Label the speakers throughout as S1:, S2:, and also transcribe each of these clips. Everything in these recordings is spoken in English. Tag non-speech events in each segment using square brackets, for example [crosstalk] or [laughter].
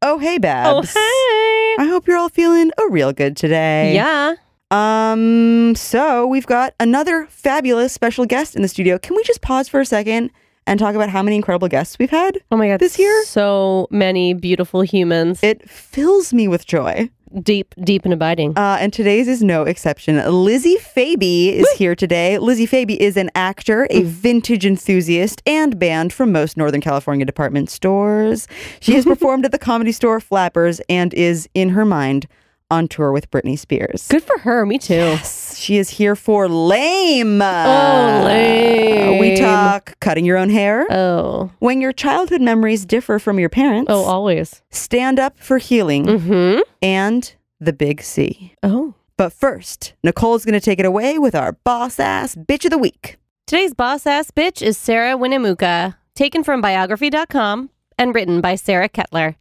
S1: Oh, hey, Babs.
S2: Oh,
S1: I hope you're all feeling a real good today.
S2: Yeah.
S1: Um, so we've got another fabulous special guest in the studio. Can we just pause for a second and talk about how many incredible guests we've had?
S2: Oh my God.
S1: This year?
S2: So many beautiful humans.
S1: It fills me with joy.
S2: deep, deep and abiding.
S1: Uh, and today's is no exception. Lizzie Faby is here today. Lizzie Faby is an actor, a vintage enthusiast, and banned from most Northern California department stores. She [laughs] has performed at the comedy store Flappers and is, in her mind, on tour with Britney Spears.
S2: Good for her. Me too.
S1: She is here for Lame. Uh,
S2: Oh, lame.
S1: We talk cutting your own hair.
S2: Oh.
S1: when your childhood memories differ from your parents,
S2: Oh, always.
S1: stand up for healing,
S2: Mm-hmm.
S1: and the big C.
S2: Oh.
S1: But first, Nicole's going to take it away with our boss ass bitch of the week.
S2: Today's boss ass bitch is Sarah Winnemucca, taken from biography.com and written by Sarah Kettler.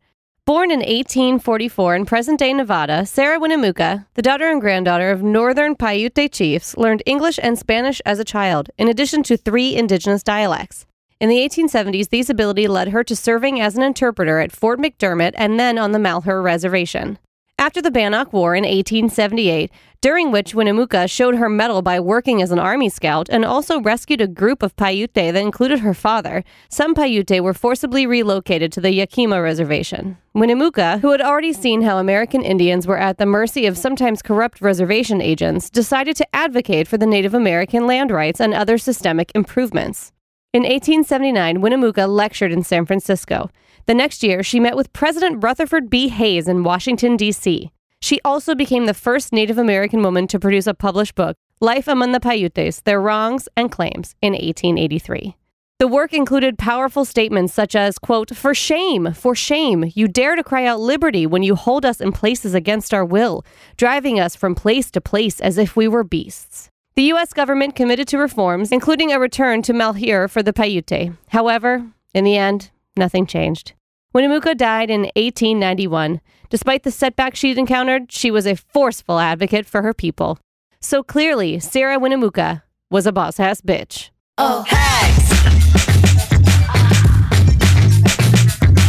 S2: Born in 1844 in present day Nevada, Sarah Winnemucca, the daughter and granddaughter of northern Paiute chiefs, learned English and Spanish as a child, in addition to three indigenous dialects. In the 1870s, these ability led her to serving as an interpreter at Fort McDermott and then on the Malheur Reservation. After the Bannock War in 1878, during which Winnemucca showed her mettle by working as an Army scout and also rescued a group of Paiute that included her father, some Paiute were forcibly relocated to the Yakima Reservation. Winnemucca, who had already seen how American Indians were at the mercy of sometimes corrupt reservation agents, decided to advocate for the Native American land rights and other systemic improvements. In 1879, Winnemucca lectured in San Francisco. The next year, she met with President Rutherford B. Hayes in Washington, D.C. She also became the first Native American woman to produce a published book, Life Among the Paiutes Their Wrongs and Claims, in 1883. The work included powerful statements such as, quote, For shame, for shame, you dare to cry out liberty when you hold us in places against our will, driving us from place to place as if we were beasts. The U.S. government committed to reforms, including a return to Malheur for the Paiute. However, in the end, nothing changed. Winnemucca died in 1891. Despite the setback she'd encountered, she was a forceful advocate for her people. So clearly, Sarah Winnemucca was a boss ass bitch.
S3: Oh, hacks.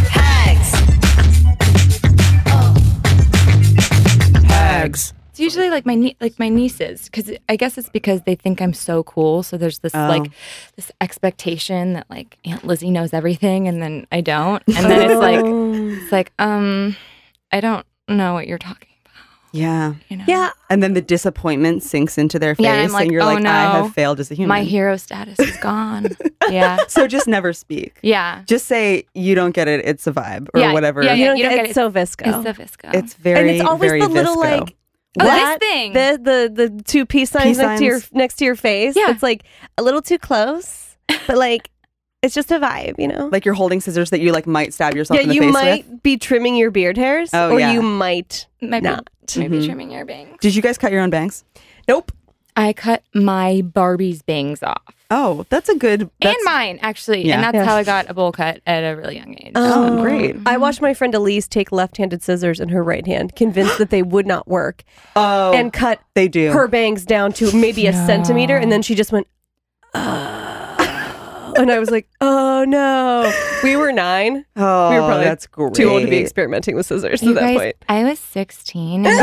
S3: Hacks.
S4: Hags.
S5: It's usually like my nie- like my nieces because I guess it's because they think I'm so cool. So there's this like this expectation that like Aunt Lizzie knows everything, and then I don't, and then it's
S2: Oh.
S5: like it's like um, I don't know what you're talking about.
S1: Yeah.
S5: You know?
S1: And then the disappointment sinks into their face,
S5: Yeah, I'm like,
S1: and you're
S5: "Oh,
S1: like, I
S5: no.
S1: have failed as a human.
S5: my hero status is gone. yeah,
S1: so just never speak.
S5: yeah.
S1: Just say, you don't get it. It's a vibe or
S5: Yeah,
S1: whatever.
S5: yeah,
S2: You
S5: yeah.
S2: don't,
S5: you don't
S2: get,
S5: get
S2: it. so visco.
S5: It's the Visco.
S1: It's very,
S2: and it's always
S1: very
S2: the little
S1: visco.
S2: like
S5: Oh, this
S2: what?
S5: thing.
S2: the the the two peace signs,
S1: Peace
S2: next to your
S1: signs.
S2: next to your face.
S5: Yeah.
S2: It's like a little too close, but like it's just a vibe, you know.
S1: Like you're holding scissors that you like might stab yourself
S2: yeah,
S1: in the
S2: you
S1: face
S2: might
S1: with.
S2: be trimming your beard hairs,
S1: Oh,
S2: or
S1: yeah.
S2: you might
S5: maybe
S2: not.
S5: maybe
S1: Mhm.
S5: trimming your bangs.
S1: Did you guys cut your own bangs? Nope.
S5: I cut my Barbie's bangs off.
S1: Oh, that's a good. That's,
S5: and mine actually,
S1: Yeah.
S5: and that's
S2: Yeah.
S5: how I got a bowl cut at a really young age.
S1: Oh, great.
S2: I watched my friend Elise take left-handed scissors in her right hand, convinced that they would not work,
S1: Oh,
S2: and cut
S1: they do.
S2: her bangs down to maybe a centimeter, and then she just went, oh. and I was like, oh no. We were nine,
S1: oh,
S2: we were probably
S1: that's great.
S2: too old to be experimenting with scissors
S5: You
S2: at that
S5: guys,
S2: point.
S5: I
S1: [laughs]
S5: was 16 and,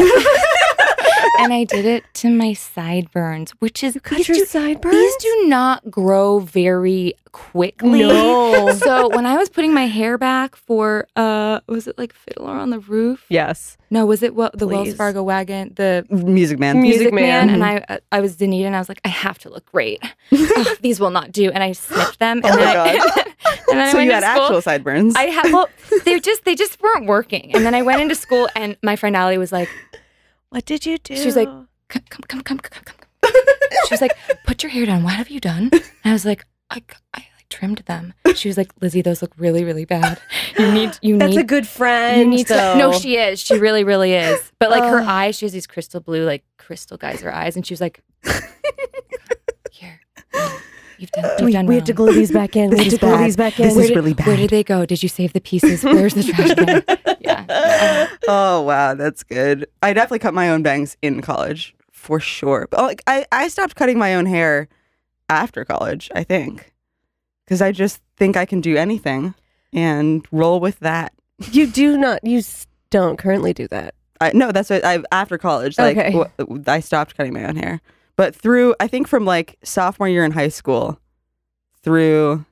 S5: and I did it to my sideburns, which is
S2: Cut
S5: these
S2: your
S5: do-
S2: sideburns?
S5: These do not grow very quickly.
S2: No.
S5: [laughs] So when I was putting my hair back for uh was it like Fiddler on the Roof?
S2: yes.
S5: No, was it well, the Wells
S2: Please.
S5: Fargo wagon, the
S1: Music man.
S2: Music Man.
S5: and I uh, I was Danita and I was like I have to look
S1: [laughs]
S5: great. Ugh, these will not do and I snipped them and
S1: Oh my
S5: then,
S1: God.
S5: [laughs] and then I
S1: so
S5: went
S1: you
S5: to
S1: had
S5: school.
S1: actual sideburns. [laughs]
S5: I [laughs] had well, they just they just weren't working. And then I went into school, and my friend Allie was like,
S2: What did you do?
S5: she was like, come come come come come come come. She was like, put your hair down. What have you done? And I was like, I I like trimmed them. She was like, Lizzie, those look really really bad. You need you
S2: that's
S5: need
S2: a good friend.
S5: you need
S2: though.
S5: to. No, she is. She really really is. But like her
S2: Ugh.
S5: eyes, she has these crystal blue like crystal geyser eyes, and she was like, here. You've done, you've done
S2: we have to
S5: wrong.
S2: glue these
S5: [laughs]
S2: back in. We have
S1: is
S2: to glue
S1: bad.
S2: these back in.
S1: This
S5: Where
S1: is
S5: did-
S1: really bad.
S5: Where did they go? Did you save the pieces? Where's the trash can?
S2: [laughs]
S5: Yeah. yeah.
S1: oh wow, that's good. I definitely cut my own bangs in college for sure. But like, I I stopped cutting my own hair after college, I think, because I just think I can do anything and roll with that.
S2: You do not. You s- don't currently do that.
S1: I, no, that's what I after college. Like
S2: Okay.
S1: wh- I stopped cutting my own hair, but through I think from like sophomore year in high school through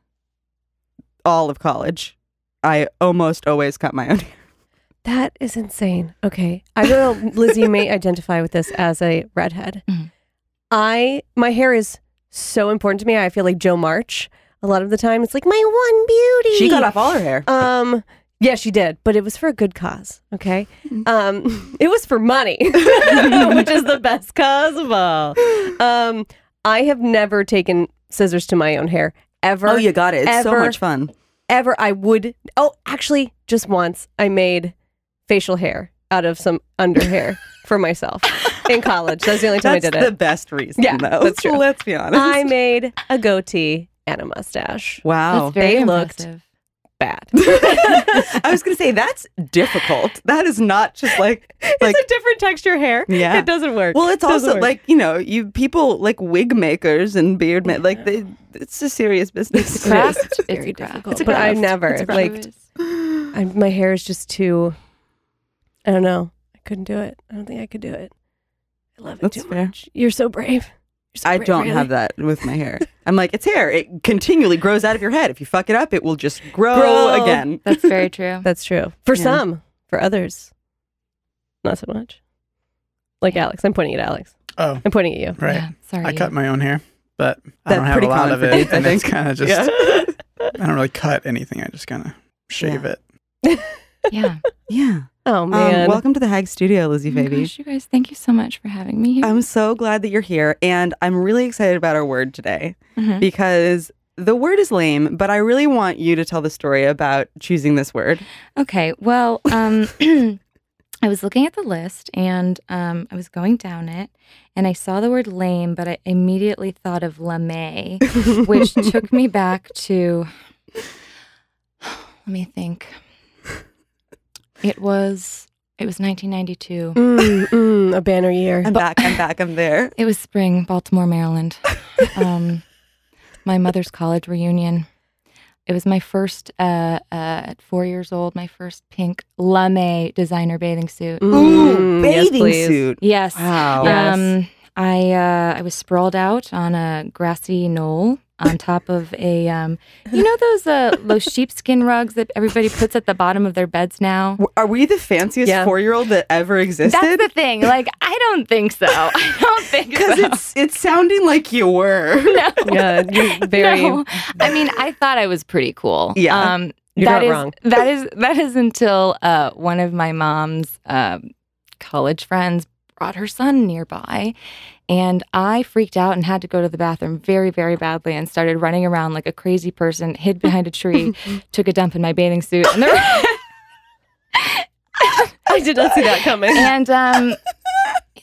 S1: all of college, I almost always cut my own hair.
S2: That is insane. Okay.
S5: [laughs]
S2: I will, Lizzie may identify with this as a redhead.
S5: Mhm.
S2: I, my hair is so important to me. I feel like Joe March a lot of the time. It's like my one beauty.
S1: She cut off all her hair.
S2: Um, yeah, she did, but it was for a good cause. Okay.
S1: Mm-hmm.
S2: Um, [laughs] it was for money, which is the best cause of all. Um, I have never taken scissors to my own hair ever
S1: oh, you got it. It's so
S2: ever-
S1: much fun.
S2: ever I would. Oh, actually, just once I made facial hair out of some
S1: [laughs]
S2: under hair for myself in college. That's the only time
S1: That's
S2: I did
S1: the
S2: it.
S1: best reason,
S2: Yeah,
S1: though.
S2: that's
S1: [laughs]
S2: true.
S1: Let's be honest.
S2: I made a goatee and a mustache.
S1: wow.
S2: very Oh, [laughs] they looked-
S5: impressive.
S2: Bad.
S1: [laughs] I was gonna say that's difficult. That is not just like like
S2: it's a different texture hair.
S1: Yeah.
S2: It doesn't work.
S1: Well, it's
S2: Doesn't
S1: also
S2: work.
S1: like you know, you people like wig makers and beard ma- like they, it's a serious business.
S5: It's craft. It's
S2: very
S5: very
S2: difficult.
S5: difficult.
S2: But I never, like-
S1: I
S2: I, my hair is just too. I don't know. I couldn't do it. I don't think I could do it. I love
S1: [laughs]
S2: it
S1: That's
S2: too
S1: fair.
S2: much. You're so brave. You're so brave,
S1: don't
S2: really.
S1: have that with my hair. I'm like, it's hair. It continually grows out of your head. If you fuck it up, it will just grow,
S2: Grow.
S1: again.
S5: That's
S2: [laughs]
S5: very true.
S2: That's true. For
S1: Yeah.
S2: some, for others, not so much. Like Alex, I'm pointing at Alex.
S3: Oh,
S2: I'm pointing
S1: [laughs]
S2: at you.
S3: right.
S5: Yeah, sorry.
S3: I cut my own hair, but I
S1: That's
S3: don't have
S1: pretty
S3: a lot
S1: common
S3: of
S1: for
S3: it.
S1: dudes, I
S3: and it's
S1: think.
S3: kind of just,
S1: [laughs] yeah.
S3: I don't really cut anything. I just kind of shave
S1: Yeah.
S3: it.
S5: Yeah.
S1: yeah.
S2: Oh
S1: Um,
S2: man.
S1: welcome to the Hag Studio, Lizzie
S5: Oh my
S1: Baby.
S5: gosh, you guys, thank you so much for having me here.
S1: I'm so glad that you're here, and I'm really excited about our word today
S5: Mhm.
S1: because the word is lame. But I really want you to tell the story about choosing this word.
S5: Okay. Well, um, [clears throat] I was looking at the list and um, I was going down it and I saw the word lame, but I immediately thought of lame,
S1: [laughs]
S5: which took me back to, [sighs] let me think. It was, it was 1992.
S2: Mm, mm, a banner year.
S1: I'm back. I'm back. I'm there.
S5: It was spring, Baltimore, Maryland. um, my mother's college reunion. It was my first, uh, uh, at four years old, my first pink lame designer bathing suit.
S1: Ooh,
S2: Mm, yes,
S1: bathing
S2: please.
S1: suit.
S5: Yes.
S1: Wow.
S2: Yeah. Yes.
S5: Um, I uh, I was sprawled out on a grassy knoll on top of a um, you know those uh, those sheepskin rugs that everybody puts at the bottom of their beds now.
S1: W- Are we the fanciest
S2: Yeah.
S1: four year old that ever
S5: That's
S1: existed?
S5: the thing. Like I don't think so. [laughs] I don't
S1: [laughs]
S5: think
S2: [laughs]
S5: so.
S1: Because it's it's sounding like you were.
S2: yeah,
S1: [laughs]
S2: you're very.
S5: No. [laughs] I mean, I thought I was pretty cool.
S1: Yeah.
S5: Um,
S2: You're
S5: that
S2: not
S5: is-
S2: wrong.
S5: [laughs] That is that is until uh, one of my mom's um college friends brought her son nearby, and I freaked out and had to go to the bathroom very very badly and started running around like a crazy person, hid behind a
S2: [laughs]
S5: tree, took a dump in my bathing suit, and, the,
S2: I did not see that
S1: [laughs]
S2: coming.
S5: and um.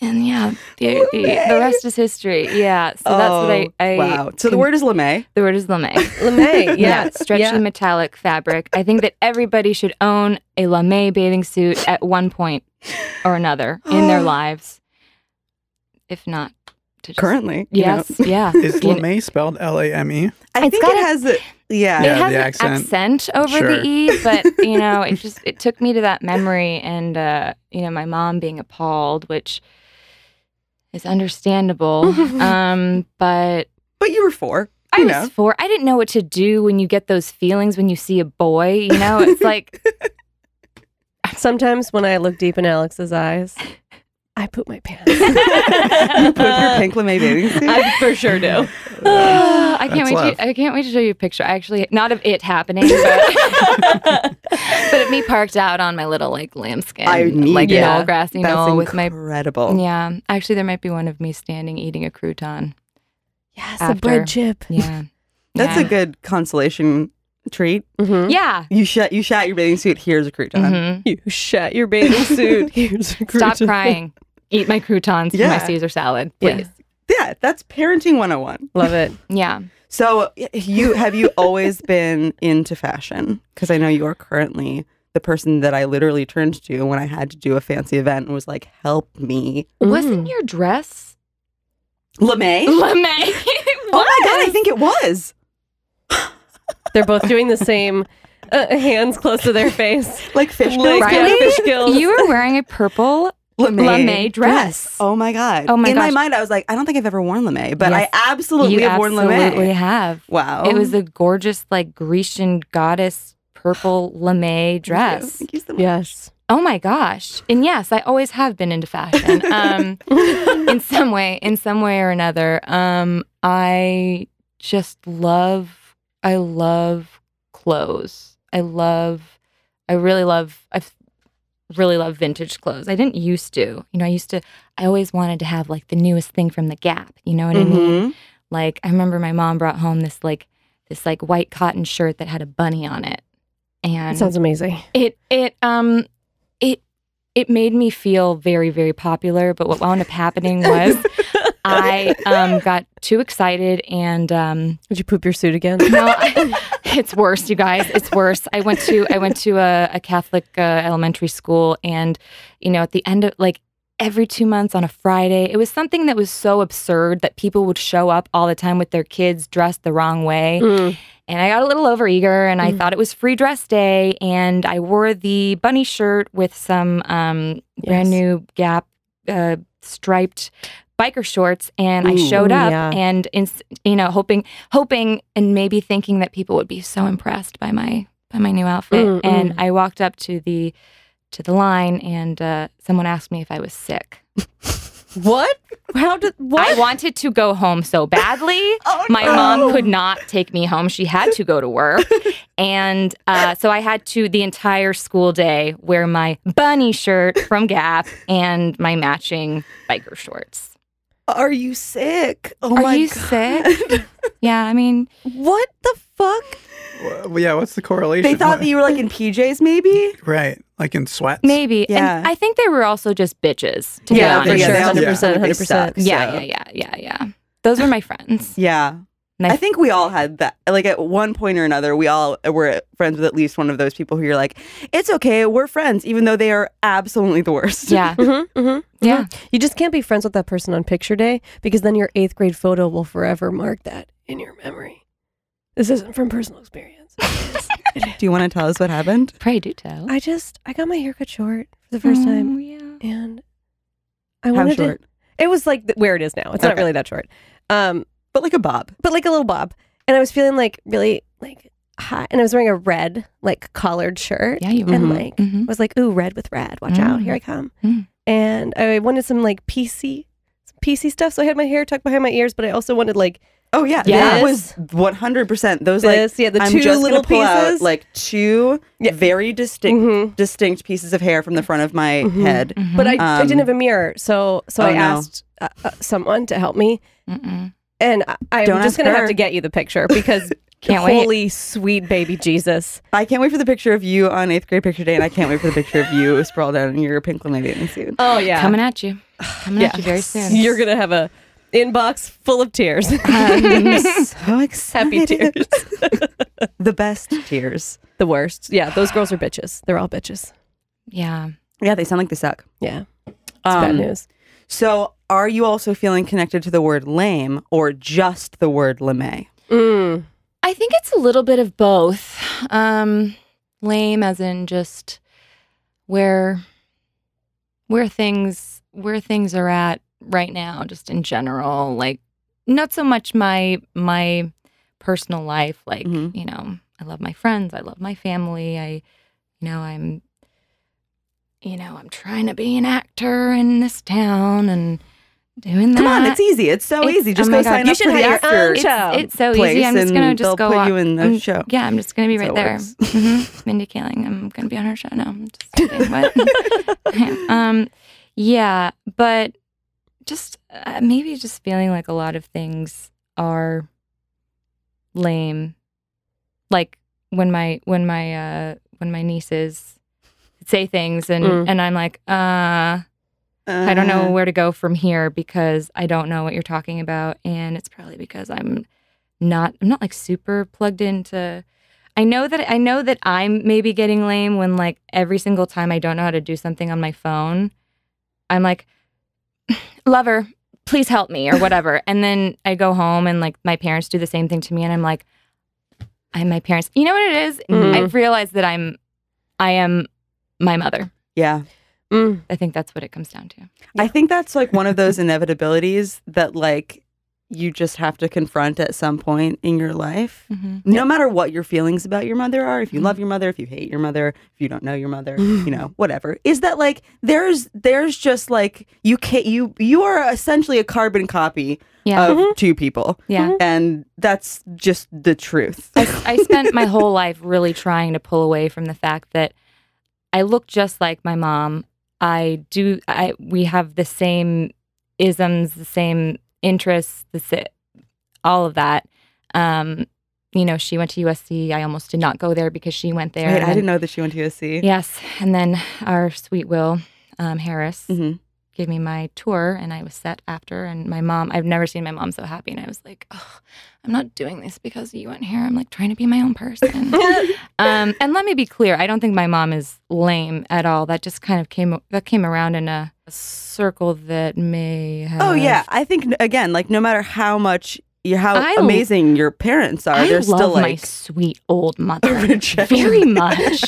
S5: And yeah, the, the, the rest is history. Yeah, so that's what I.
S1: Oh,
S5: I
S1: wow. So the
S5: con-
S1: word is lame.
S5: the word is lame.
S2: LeMay,
S5: yeah,
S2: yeah,
S5: stretchy metallic fabric. I think that everybody should own a lame bathing suit at one point or another in their lives, if not to just,
S1: Currently, you know.
S5: Yes, yeah.
S3: Is
S5: You know,
S3: lame spelled L A M E?
S1: I
S5: It's
S1: think
S5: got
S1: it
S5: a-
S1: has a yeah.
S5: It
S3: Yeah,
S5: has
S3: the
S5: an
S3: accent.
S5: accent, over
S3: Sure.
S5: the e, but you know, it just it took me to that memory, and uh, you know, my mom being appalled, which is understandable. um, but
S1: But you were four.
S5: I
S1: you
S5: was
S1: know.
S5: four. I didn't know what to do when you get those feelings when you see a boy. You know, it's like
S2: Sometimes when I look deep in Alex's eyes, I poop my
S1: [laughs]
S2: pants.
S1: you put up
S2: [laughs]
S1: your pink lame bathing suit.
S2: I for sure do.
S5: Ah, [sighs] I can't
S3: That's
S5: wait.
S3: love.
S5: To, I can't wait to show you a picture. I actually not of it happening, but, [laughs] but of me parked out on my little like lambskin,
S1: [laughs] I need
S5: like
S1: that.
S5: knoll, grassy
S1: That's
S5: knoll with my.
S1: incredible.
S5: Yeah, actually, there might be one of me standing eating a crouton.
S2: Yes, a
S5: After.
S2: bread chip.
S5: Yeah,
S1: [laughs] That's
S5: yeah.
S1: a good consolation treat.
S2: Mhm.
S5: Yeah.
S1: You shut you shat your bathing suit. Here's a crouton.
S5: Mhm.
S2: [laughs] You shat your bathing [laughs] suit. Here's a
S5: Stop
S2: crouton.
S5: crying. Eat my croutons for
S1: Yeah.
S5: my Caesar salad,
S2: Yeah.
S5: please.
S1: Yeah, that's parenting 101.
S2: Love [laughs] it.
S5: Yeah.
S1: So you have you [laughs] always been into fashion? Because I know you are currently the person that I literally turned to when I had to do a fancy event and was like, "Help me,
S2: Mm-hmm.
S5: Wasn't your dress
S1: Lemay."
S5: [laughs] lame?
S1: Oh
S5: what?
S1: my god, I think it was.
S2: They're both doing the same uh, hands close to their [laughs] face.
S1: like fish
S2: Little
S1: gills,
S5: Riley,
S1: maybe?
S2: catfish gills.
S5: [laughs] You were wearing a purple lame dress.
S1: Oh my god!
S5: Oh my
S1: In my
S5: gosh.
S1: mind, I was like, I don't think I've ever worn lame, but
S5: Yes.
S1: I absolutely
S5: you
S1: have worn
S5: absolutely
S1: lame.
S5: have.
S1: Wow!
S5: It was a gorgeous, like Grecian goddess
S1: [laughs]
S5: purple lame
S1: Thank you.
S5: dress.
S1: Thank you so much.
S2: yes.
S5: Oh my gosh. And yes, I always have been into fashion.
S1: [laughs]
S5: Um,
S2: [laughs]
S5: in some way, in some way or another. Um, I just love, I love clothes. I love, I really love, I f- really love vintage clothes. I didn't used to, you know, I used to, I always wanted to have like the newest thing from the Gap. You know what I mean?
S1: Mhm.
S5: Like I remember my mom brought home this like, this like white cotton shirt that had a bunny on it. And
S2: That sounds amazing.
S5: it it um it it made me feel very very popular, but what wound up happening
S2: [laughs]
S5: was I um got too excited and um
S2: Did you poop your suit [laughs] again?
S5: no, I- it's worse, you guys. It's worse. I went to I went to a, a Catholic uh, elementary school, and you know, at the end of like every two months on a Friday, it was something that was so absurd that people would show up all the time with their kids dressed the wrong way
S2: Mm.
S5: and I got a little overeager and I
S2: Mm.
S5: thought it was free dress day and I wore the bunny shirt with some um,
S2: Yes.
S5: brand new Gap uh, striped biker shorts and I
S1: Ooh.
S5: showed
S2: Ooh,
S5: up
S2: yeah.
S5: and in, you know hoping hoping and maybe thinking that people would be so impressed by my by my new outfit
S2: Mm,
S5: and
S2: mm.
S5: I walked up to the to the line and uh, someone asked me if I was sick.
S2: What? How did
S5: I
S2: [laughs] what?
S5: wanted to go home so badly.
S1: Oh,
S5: My
S1: no.
S5: mom could not take me home. She had to go to work. And uh, so I had to, the entire school day, wear my bunny shirt from Gap and my matching biker shorts.
S1: Are you sick? Oh
S5: Are
S1: my
S5: you
S1: god!
S5: sick? [laughs] Yeah, I mean,
S1: What the fuck?
S3: Well, yeah, what's the correlation?
S1: They thought that you were [laughs] like in PJs, maybe.
S3: right, like in sweats.
S5: maybe.
S1: Yeah.
S5: And I think they were also just bitches, to
S2: Yeah,
S5: be
S2: for
S5: honest.
S2: sure.
S1: they all
S2: 100%,
S1: look like they
S2: 100%.
S1: suck,
S5: Yeah,
S1: so.
S5: yeah, yeah, yeah, yeah. Those were
S1: [laughs]
S5: my friends.
S1: Yeah.
S5: And
S1: I think we all had that. Like at one point or another, we all were friends with at least one of those people who you're like, it's okay, we're friends, even though they are absolutely the worst.
S5: Yeah,
S2: Mm-hmm, mm-hmm.
S5: yeah.
S2: You just can't be friends with that person on picture day because then your eighth grade photo will forever mark that in your memory. This isn't from personal [laughs] experience.
S1: [laughs] Do you want to tell us what happened?
S5: Pray do tell.
S2: I just I got my hair cut short for the first time,
S5: Oh, yeah.
S2: and I
S1: How
S2: wanted
S1: short?
S2: to. It was like th- where it is now. It's not
S1: Okay.
S2: really that short, um,
S1: But like a bob.
S2: but like a little bob. And I was feeling like really like hot, and I was wearing a red like collared shirt.
S5: Yeah, you were.
S2: and
S1: Mhm.
S2: like
S5: Mhm.
S2: was like, "Ooh, red with red. Watch out,
S1: Mm-hmm.
S2: here I come."
S5: Mm.
S2: And I wanted some like PC, some PC stuff. So I had my hair tucked behind my ears, but I also wanted like
S1: Oh yeah, that
S2: Yes.
S1: was 100. percent Those like
S2: this, yeah, the
S1: I'm
S2: two
S1: just
S2: little
S1: gonna pull
S2: pieces,
S1: out like two
S2: Yeah.
S1: very distinct
S2: Mhm.
S1: distinct pieces of hair from the front of my
S2: Mhm.
S1: head.
S2: But I, I
S1: Um,
S2: didn't have a mirror, so so
S1: oh,
S2: I
S1: no.
S2: asked uh, uh, someone to help me,
S5: Mm-mm.
S2: and I, I'm
S1: Don't
S2: just
S1: ask
S2: gonna
S1: her.
S2: have to get you the
S1: [laughs]
S2: picture because
S5: Can't wait.
S2: holy sweet baby Jesus,
S1: I can't wait for the picture of you on eighth grade picture day, and I can't wait for the picture of you [laughs] sprawled out in your pink linen
S5: [laughs]
S1: suit.
S2: oh yeah,
S5: Coming at you. [sighs] Coming at you very
S2: [laughs]
S5: soon.
S2: you're gonna have a inbox full of tears, [laughs]
S5: Um,
S1: I'm [laughs] so [laughs] excited.
S2: happy tears,
S1: The best tears.
S2: the worst. Yeah, those girls are bitches. They're all bitches.
S5: Yeah.
S1: Yeah, they sound like they suck.
S2: Yeah, it's bad
S1: Um,
S2: news.
S1: So, are you also feeling connected to the word lame or just the word lame?
S2: Mm.
S5: I think it's a little bit of both. Um, lame, as in just where where things where things are at right now, just in general. Like not so much my my personal life. Like
S1: Mhm.
S5: you know, I love my friends. I love my family. I you know I'm you know I'm trying to be an actor in this town and doing that.
S1: Come on, it's easy. It's so
S5: It's-
S1: easy. Just
S5: oh
S1: go
S5: my God.
S1: sign
S5: You
S1: up
S2: should
S1: for the
S2: have your
S1: actor.
S2: own show.
S5: It's, it's so
S1: um, place
S5: easy. I'm just gonna
S1: and
S5: just
S1: they'll
S5: go.
S1: put
S5: on-
S1: you in the
S5: I'm-
S1: show.
S5: Yeah, I'm just gonna be
S1: That's
S5: right
S1: how it
S5: there.
S1: works.
S5: hmm
S1: [laughs]
S5: Mindy Kaling. I'm gonna be on her show. No, I'm just kidding. What? [laughs] um, yeah, but just uh, maybe just feeling like a lot of things are lame. Like when my when my uh when my nieces say things and
S2: Mm.
S5: and I'm like, uh. I don't
S1: Uh-huh.
S5: know
S1: Uh,
S5: where to go from here because I don't know what you're talking about, and it's probably because I'm not I'm not like super plugged into. I know that I know that I'm maybe getting lame when like every single time I don't know how to do something on my phone, I'm like, [sighs] "Lover, please help me" or whatever, and then I go home and like my parents do the same thing to me, and I'm like, I'm my parents. You know what it is?
S2: Mm.
S5: I've realized that I'm, I am my mother.
S1: Yeah. [laughs]
S2: Mm.
S5: I think that's what it comes down to.
S1: I think that's like one of
S5: [laughs]
S1: those inevitabilities that like you just have to confront at some point in your life.
S5: Mm-hmm.
S1: No matter what your feelings about your mother are, if you love your mother, if you hate your mother, if you don't know your
S5: [laughs]
S1: mother, you know, whatever. Is that like there's there's just like you can't you you are essentially a carbon copy
S5: Yeah. Mm-hmm.
S1: of two people.
S5: Yeah.
S1: And that's just the truth.
S5: I spent my whole life really trying to pull away from the fact that I look just like my mom. I do. I we have the same isms, the same interests, the si- all of that. Um, you know, she went to USC. I almost did not go there because she went
S1: [laughs]
S5: there.
S1: Wait,
S5: and
S1: I
S5: then-
S1: didn't know that she went to USC.
S5: Yes, and then our sweet Will um, Harris
S1: Mhm.
S5: gave me my tour, and I was set after. And my mom, I've never seen my mom so happy, and I was like, oh, I'm not doing this because you went here. I'm like trying to be my own
S1: [laughs]
S5: person. um, and let me be clear, I don't think my mom is lame at all. That just kind of came that came around in a circle that may have.
S1: Oh yeah, I think again, like no matter how much you how
S5: I l-
S1: amazing your parents are,
S5: I
S1: they're
S5: love
S1: still
S5: my
S1: like [laughs]
S5: [laughs] sweet old mother
S1: rejection.
S5: very much.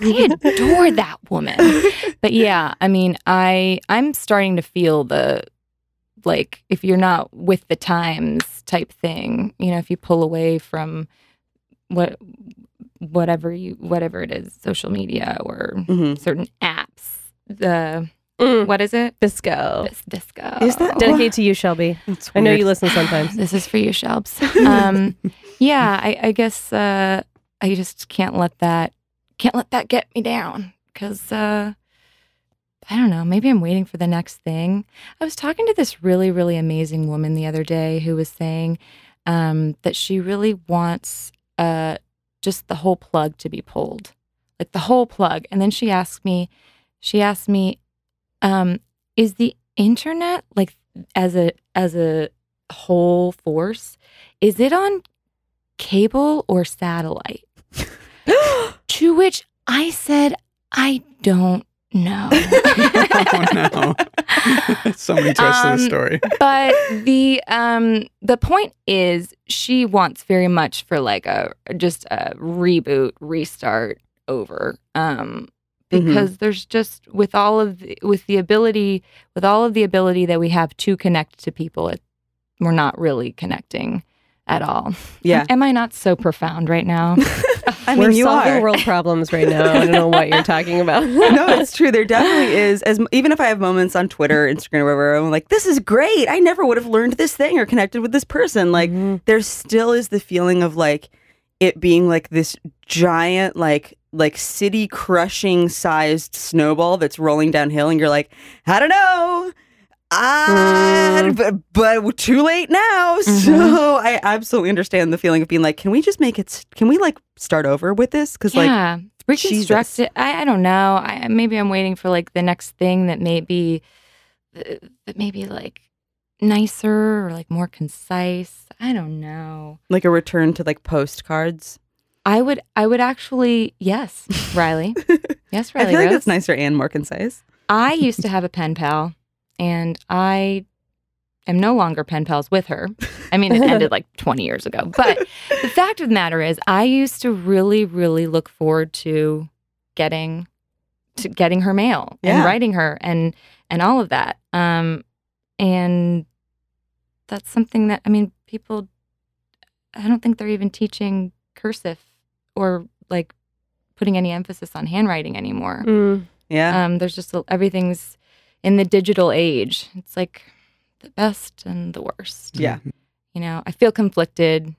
S5: I adore that woman. But yeah, I mean, I I'm starting to feel the like if you're not with the times type thing, you know, if you pull away from what whatever you whatever it is, social media or
S1: Mhm.
S5: certain apps, the
S2: Mm.
S5: what is it?
S2: Disco.
S5: This disco.
S1: Hmm. Is that-
S2: Dedicated to you, Shelby.
S1: That's
S2: I know
S1: weird.
S2: you listen sometimes.
S5: This is for you, Shelbs. Um, yeah, I, I guess uh, I just can't let that can't let that get me down because uh, I don't know. Maybe I'm waiting for the next thing. I was talking to this really really amazing woman the other day who was saying um, that she really wants uh, just the whole plug to be pulled, like the whole plug. And then she asked me, she asked me, um, is the internet like as a as a whole force is it on cable or satellite to which i said i don't know
S3: [laughs] oh no. Someone twists
S5: Um,
S3: the story.
S5: but the um the point is she wants very much for like a just a reboot restart over um
S1: Mhm.
S5: because there's just with all of the, with the ability with all of the ability that we have to connect to people it, we're not really connecting at all
S1: Yeah,
S5: am i not so profound right
S1: [laughs]
S5: now
S1: I
S2: We're
S1: mean you
S2: solving
S1: are.
S2: world problems right now. I don't know what you're
S1: [laughs]
S2: talking about.
S1: no, it's true. There definitely is. As even if I have moments on Twitter, Instagram, or wherever, I'm like, this is great. I never would have learned this thing or connected with this person. Like, there still is the feeling of like it being like this giant, like like city crushing sized snowball that's rolling downhill, and you're like, I don't know. Ah, but, but too late now. [laughs] So I absolutely understand the feeling of being like, can we just make it? s- Can we like start over with this? Because like,
S5: yeah reconstruct
S1: Jesus.
S5: it I, I don't know I, maybe i'm waiting for like the next thing that may be uh, that may be like nicer or like more concise i don't know
S1: like a return to like postcards.
S5: i would i would actually yes
S1: [laughs]
S5: riley yes riley
S1: I feel like
S5: Rose.
S1: that's nicer and more concise.
S5: I used to have a pen pal, and I am no longer pen pals with her. I mean, it ended like 20 years ago. [laughs] But the fact of the matter is, I used to really, really look forward to getting to getting her mail
S1: Yeah.
S5: and writing her and and all of that. Um, and that's something that I mean, people. I don't think they're even teaching cursive or like putting any emphasis on handwriting anymore.
S1: [laughs]
S2: Mm.
S1: [laughs] Yeah.
S5: Um, there's just a, everything's in the digital age. It's like the best and the
S3: [laughs]
S5: worst.
S1: yeah.
S5: You know, I feel conflicted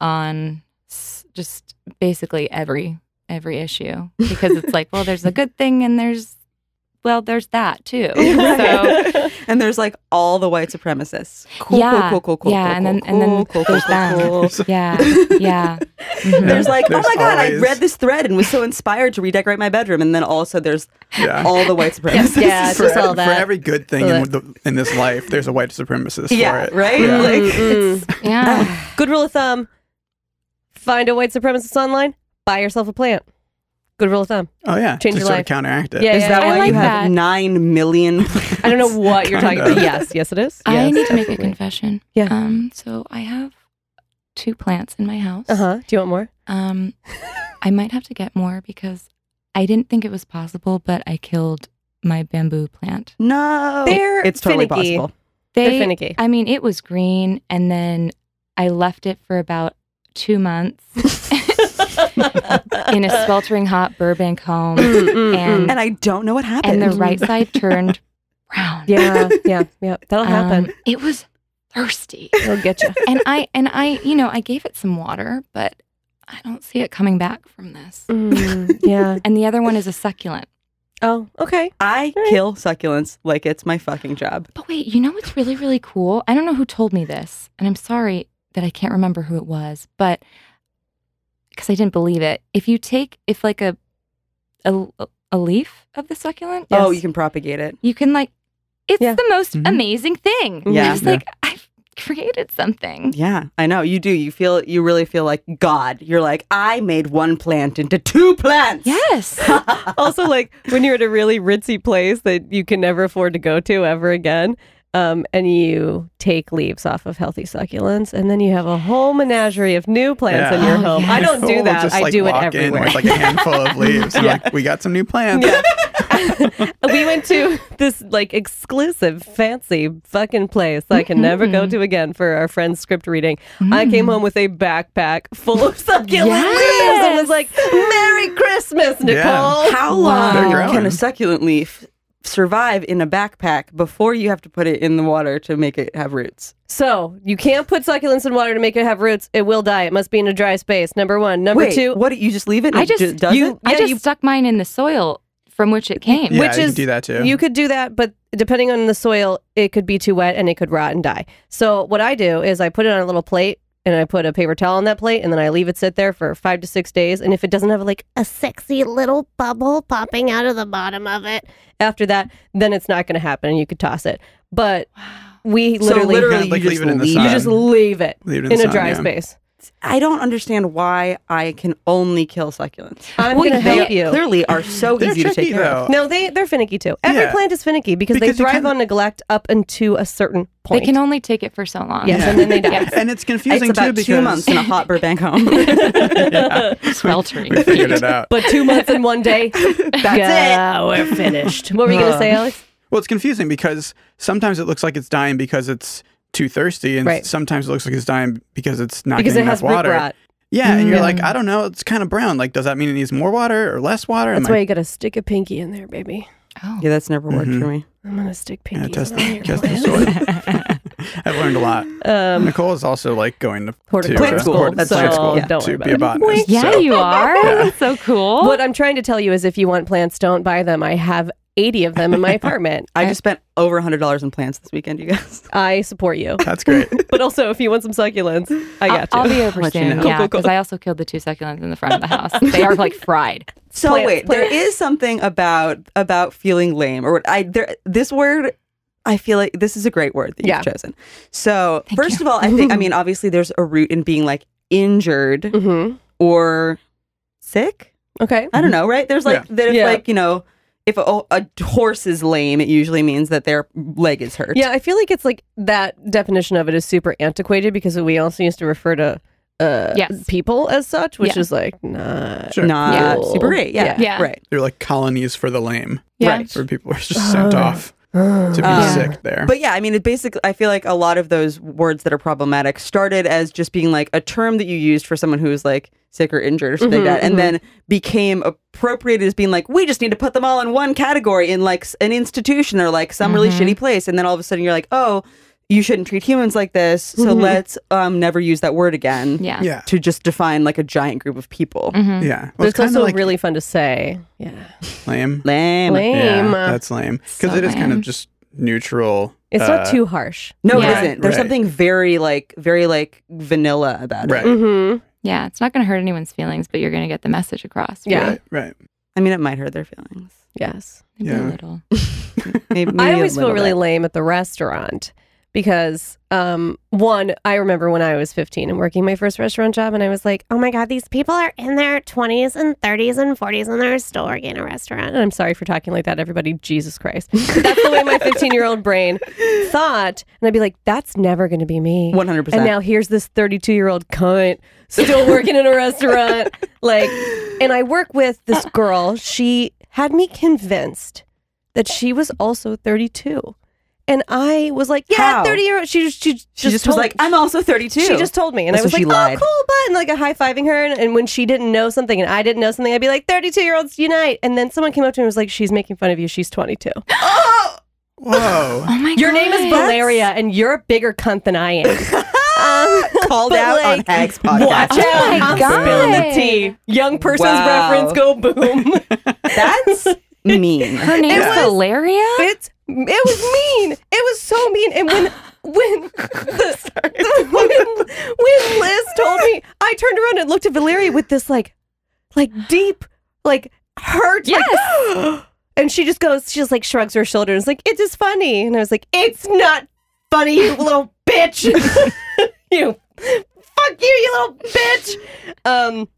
S5: on s- just basically every every issue because it's like, well, there's a good thing and there's well, there's that too. So
S1: and there's like all the white supremacists. Cool,
S5: Yeah.
S1: cool, cool, cool, cool.
S5: Yeah,
S1: cool,
S5: and
S1: cool,
S5: then- and then
S1: cool, cool,
S5: there's
S1: cool, [laughs] cool.
S5: yeah, [laughs] yeah. Mhm.
S1: There's like,
S3: There's
S1: oh my god, I
S3: always-
S1: read this thread and was so inspired to redecorate my bedroom. And then also there's
S3: [laughs] Yeah.
S1: all the white supremacists.
S2: Yeah, it's
S3: for,
S2: just all
S3: for
S2: that.
S3: every good thing in, the, in this life, there's a white supremacist for
S1: Yeah,
S3: it.
S1: right?
S3: Yeah.
S1: Like,
S2: Mm,
S1: it's-
S2: [laughs]
S5: yeah.
S2: Good rule of thumb find a white supremacist online, buy yourself a plant. Good rule of thumb.
S3: Oh yeah,
S2: Change
S3: to
S2: your
S3: sort
S2: life.
S3: of counteract it.
S2: Yeah,
S1: [laughs] is
S2: yeah,
S1: that
S2: yeah.
S1: why
S5: I like
S1: you have
S5: that.
S1: nine
S5: [laughs]
S1: million?
S2: I don't know what you're talking
S3: Kinda.
S2: about. Yes, yes, it is.
S5: I
S2: Yes,
S5: need to make a
S2: definitely.
S5: confession.
S2: Yeah.
S5: Um. So I have two plants in my house.
S2: Uh huh. Do you want more?
S5: Um, I might have to get more because I didn't think it was possible, but I killed my bamboo plant.
S1: No.
S2: They're
S1: it's totally
S2: finicky.
S1: possible.
S5: They,
S2: They're
S5: [laughs]
S2: finicky. [laughs]
S5: I mean, it was green, and then I left it for about two months in a sweltering hot Burbank home,
S2: Mm, mm,
S5: And-
S2: mm.
S1: And I don't know what
S5: and
S1: happened.
S5: the right side turned brown.
S2: yeah, yeah, yeah. That'll
S5: Um,
S2: happen.
S5: It was thirsty,
S2: It'll get
S5: [laughs]
S2: you.
S5: and I and I, you know, I gave it some water, but I don't see it coming back from this.
S2: Mm, yeah.
S5: And the other one is a succulent.
S2: Oh, okay.
S1: I
S2: All right.
S1: kill succulents like it's my fucking job.
S5: But wait, you know what's really, really cool? I don't know who told me this, and I'm sorry that I can't remember who it was, but because I didn't believe it. If you take, if like a, a, a leaf of the succulent,
S1: Oh,
S5: yes,
S1: you can propagate it.
S5: you can like, it's
S2: Yeah.
S5: the most
S3: Mhm.
S5: amazing thing.
S1: Yeah.
S5: I was
S3: Yeah.
S5: like, I've created something.
S1: Yeah, I know. You do. You feel you really feel like God. You're like, I made one plant into two plants.
S5: Yes.
S3: [laughs]
S2: also like when you're at a really ritzy place that you can never afford to go to ever again um, and you take leaves off of healthy succulents and then you have a whole menagerie of new plants
S3: Yeah.
S2: in your
S5: Oh,
S2: home i
S5: yes.
S2: don't do
S3: We'll
S2: that
S3: just,
S2: i
S3: like,
S2: do it
S3: walk
S2: everywhere
S3: In with like a handful of leaves. and, like, we got some new plants.
S2: Yeah. [laughs] we went
S3: [laughs]
S2: to this like exclusive fancy fucking place I can never go to again for our friend's script reading. I came
S3: Mm.
S2: home with a backpack full of succulent leaves and was like, "Merry Christmas, Nicole."
S1: How long
S3: They're
S1: can
S3: growing.
S1: a succulent leaf survive in a backpack before you have to put it in the water to make it have roots?
S2: So you can't put succulents in water to make it have roots. It will die. It must be in a dry space. Number one. Number
S1: Wait,
S2: two.
S1: what? You just leave it? and
S5: I
S1: it
S5: just-
S1: ju- does
S2: you-
S1: it?
S5: I
S2: Yeah,
S5: just
S2: you-
S5: stuck mine in the soil from which it came.
S3: Yeah,
S2: Which
S3: you
S2: is-
S3: can do that too.
S2: You could do that, but depending on the soil, it could be too wet and it could rot and die. So what I do is I put it on a little plate and I put a paper towel on that plate and then I leave it sit there for five to six days. And if it doesn't have like
S4: a sexy little bubble popping out of the bottom of it.
S2: after that, then it's not going to happen and you could toss it. But we
S1: So
S2: literally,
S1: literally,
S3: Kinda like
S1: you
S3: leave
S1: just
S3: it in the
S1: leave.
S2: you
S3: sun.
S2: just leave it
S3: Leave it in
S2: in
S3: the
S2: a
S3: sun,
S2: dry
S3: yeah.
S2: space.
S1: I don't understand why I can only kill succulents.
S2: I'm
S1: Well,
S2: going to
S1: Uh, they
S2: help you.
S1: Clearly, are so
S3: They're
S1: easy to
S3: tricky
S1: take care of.
S3: though.
S2: No, they they're finicky too. Every
S3: Yeah.
S2: plant is finicky because,
S3: Because
S2: they
S3: you
S2: thrive
S3: can-
S2: on neglect up until a certain
S5: They
S2: point.
S5: can only take it for so long.
S2: Yes,
S5: [laughs]
S3: Yeah.
S2: and then they die.
S3: [laughs]
S2: [laughs]
S3: And it's
S1: It's
S3: confusing too
S1: about
S3: because
S1: two months in a hot Burbank home.
S3: [laughs] yeah.
S5: Sweltering.
S3: We figured
S2: [laughs]
S3: it out.
S2: But two months and one
S3: [laughs]
S2: day, that's yeah, we're finished. What were you gonna say, Alex?
S3: Well, it's confusing because sometimes it looks like it's dying because it's too thirsty, and
S2: Right.
S3: sometimes it looks like it's dying because it's not
S2: Because it
S3: getting
S2: has
S3: enough
S2: root
S3: water.
S2: rot.
S3: Yeah, and you're like, I don't know, it's kind of brown. Like, does that mean it needs more water or less water? Am
S2: That's
S3: I-
S2: why you gotta stick a pinky in there, baby.
S5: Oh.
S1: yeah, that's never worked
S3: Mm-hmm.
S1: for me.
S2: I'm gonna stick
S3: Yeah,
S2: pinkies
S3: test
S2: in
S3: the,
S2: your
S3: test the
S2: plants.
S3: soil. [laughs] I've learned a lot.
S2: [laughs] Um,
S3: Nicole is also like going to to,
S2: Horticulture
S3: uh,
S1: school,
S3: hort-
S1: that's
S3: plant
S1: right.
S3: school
S2: Yeah. Don't worry
S3: to
S2: about it.
S3: be a botanist.
S5: Yeah,
S3: so-
S5: you are.
S3: Yeah.
S5: That's so cool.
S2: what I'm trying to tell you is, if you want plants, don't buy them. I have 80 of them in my
S3: [laughs]
S2: apartment.
S1: I just spent over hundred dollars on plants this weekend, you guys. [laughs]
S2: I support you,
S3: That's
S2: [laughs]
S3: great.
S2: but also if you want some succulents, I
S5: I'll,
S2: got you.
S5: I'll be over
S1: Let you
S5: soon.
S1: know.
S5: Yeah, because I also killed the two succulents in the front of the house. They are like fried.
S1: So
S2: Plants,
S1: wait, there is something about about feeling lame or what I there this word I feel like this is a great word that
S2: Yeah.
S1: you've chosen. So first of all, I think I [laughs] mean obviously there's a root in being like injured
S2: Mhm.
S1: or sick.
S2: Okay.
S1: I don't know, right? There's like that if
S2: Yeah.
S1: like, you know, if a, a horse is lame, it usually means that their leg is hurt.
S2: Yeah, I feel like it's like that definition of it is super antiquated because we also used to refer to uh,
S5: Yes.
S2: people as such, which
S5: Yeah.
S2: is like not.
S3: Sure.
S1: Not
S2: Yeah.
S1: super great. Yeah.
S5: Yeah.
S1: Right.
S3: They're like colonies for the lame,
S5: Yeah.
S3: right? Where people are just
S2: Uh,
S3: sent off to be
S1: Yeah.
S3: sick there.
S1: But yeah, I mean, it basically, I feel like a lot of those words that are problematic started as just being like a term that you used for someone who was like sick or injured or something like that,
S2: Mm-hmm,
S1: and then became appropriated as being like, we just need to put them all in one category in like s- an institution or like some really
S2: Mm-hmm.
S1: shitty place. And then all of a sudden you're like, oh, you shouldn't treat humans like this. So
S2: Mm-hmm.
S1: let's um, never use that word again
S5: Yeah. Mm-hmm. Mm.
S3: yeah.
S1: to just define like a giant group of people.
S3: Yeah.
S2: But
S3: Well,
S2: it's also
S3: kinda like
S2: really fun to say. Yeah.
S3: lame.
S1: Lame.
S2: Mm-hmm. Lame.
S3: Yeah, that's lame. Because
S5: So
S3: it is kind
S5: lame.
S3: of just neutral.
S2: it's
S3: uh,
S2: not too harsh.
S1: No,
S5: Yeah.
S1: it isn't. There's
S3: Right.
S1: something very like, very like vanilla about it.
S3: Right.
S2: Mm-hmm.
S5: Yeah, it's not going to hurt anyone's feelings, but you're going to get the message across.
S2: Yeah.
S3: Right. right.
S1: I mean, it might hurt their feelings.
S2: Yes.
S5: Maybe
S3: Yeah.
S5: a little. [laughs]
S1: Maybe, maybe
S2: I
S1: a
S2: always feel
S1: little
S2: really
S1: bit.
S2: lame at the restaurant because um, one, I remember when I was 15 and working my first restaurant job, and I was like,
S4: Oh my God, these people are in their 20s and 30s and 40s and they're still working in a
S2: and
S4: restaurant.
S2: I'm sorry for talking like that, everybody. Jesus Christ, that's the way my 15 year old brain thought, and I'd be like, that's never going to be me.
S1: 100%.
S2: And now here's this 32 year old cunt [laughs] still working in a restaurant. Like, and I work with this girl. She had me convinced that she was also 32. And I was like, yeah,
S1: How?
S2: 30 year old. She, just- she,
S1: she just, was
S2: told-
S1: like, I'm also 32.
S2: She
S1: [laughs]
S2: just told me. And
S1: Oh,
S2: I was
S1: so she
S2: like,
S1: lied.
S2: oh, cool, but. And like a high fiving her. And, and when she didn't know something and I didn't know something, I'd be like, 32 year olds unite. And then someone came up to me and was like, she's making fun of you. She's 22. [laughs]
S3: Whoa.
S5: Oh my
S2: Your name is
S5: God.
S2: Valeria, and you're a bigger cunt than I [laughs] am. Um,
S1: called
S2: But,
S1: out on
S2: like, [laughs]
S1: Hags podcast.
S2: Watch
S5: Oh
S2: out.
S5: my
S2: I'm
S5: God.
S2: spilling the tea. Young person's
S1: Wow.
S2: reference
S1: [laughs]
S2: go boom.
S1: That's
S2: [laughs]
S1: mean.
S5: Her name's Valeria?
S2: it's it was mean. It was so mean. And when
S3: [laughs]
S2: when the, when, when Liz told me, I turned around and looked at Valeria with this like like deep like hurt like, [gasps] and she just goes, she just like shrugs her shoulders. like, it's just funny. And I was like, it's not funny, you little bitch. [laughs] you fuck you, you little bitch. Um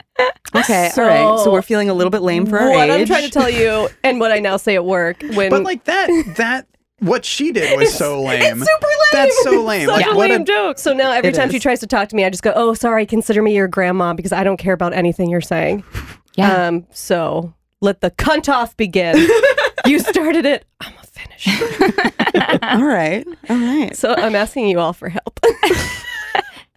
S1: Okay,
S2: So-
S1: all right. So we're feeling a little bit lame for our
S2: what
S1: age.
S2: I'm trying to tell you and what I now say at work when
S3: But like that, that what she did was so lame.
S2: It's super lame.
S3: That's so lame.
S2: Such
S3: Like,
S2: a
S3: what a-
S2: lame joke. So now every
S1: It
S2: time
S1: is.
S2: she tries to talk to me, I just go, "Oh, sorry. Consider me your grandma because I don't care about anything you're saying."
S5: Yeah.
S2: Um. So let the cunt off [laughs] begin. you started it. I'm a finish. it.
S1: all right, all right.
S2: [laughs] So I'm asking you all for help.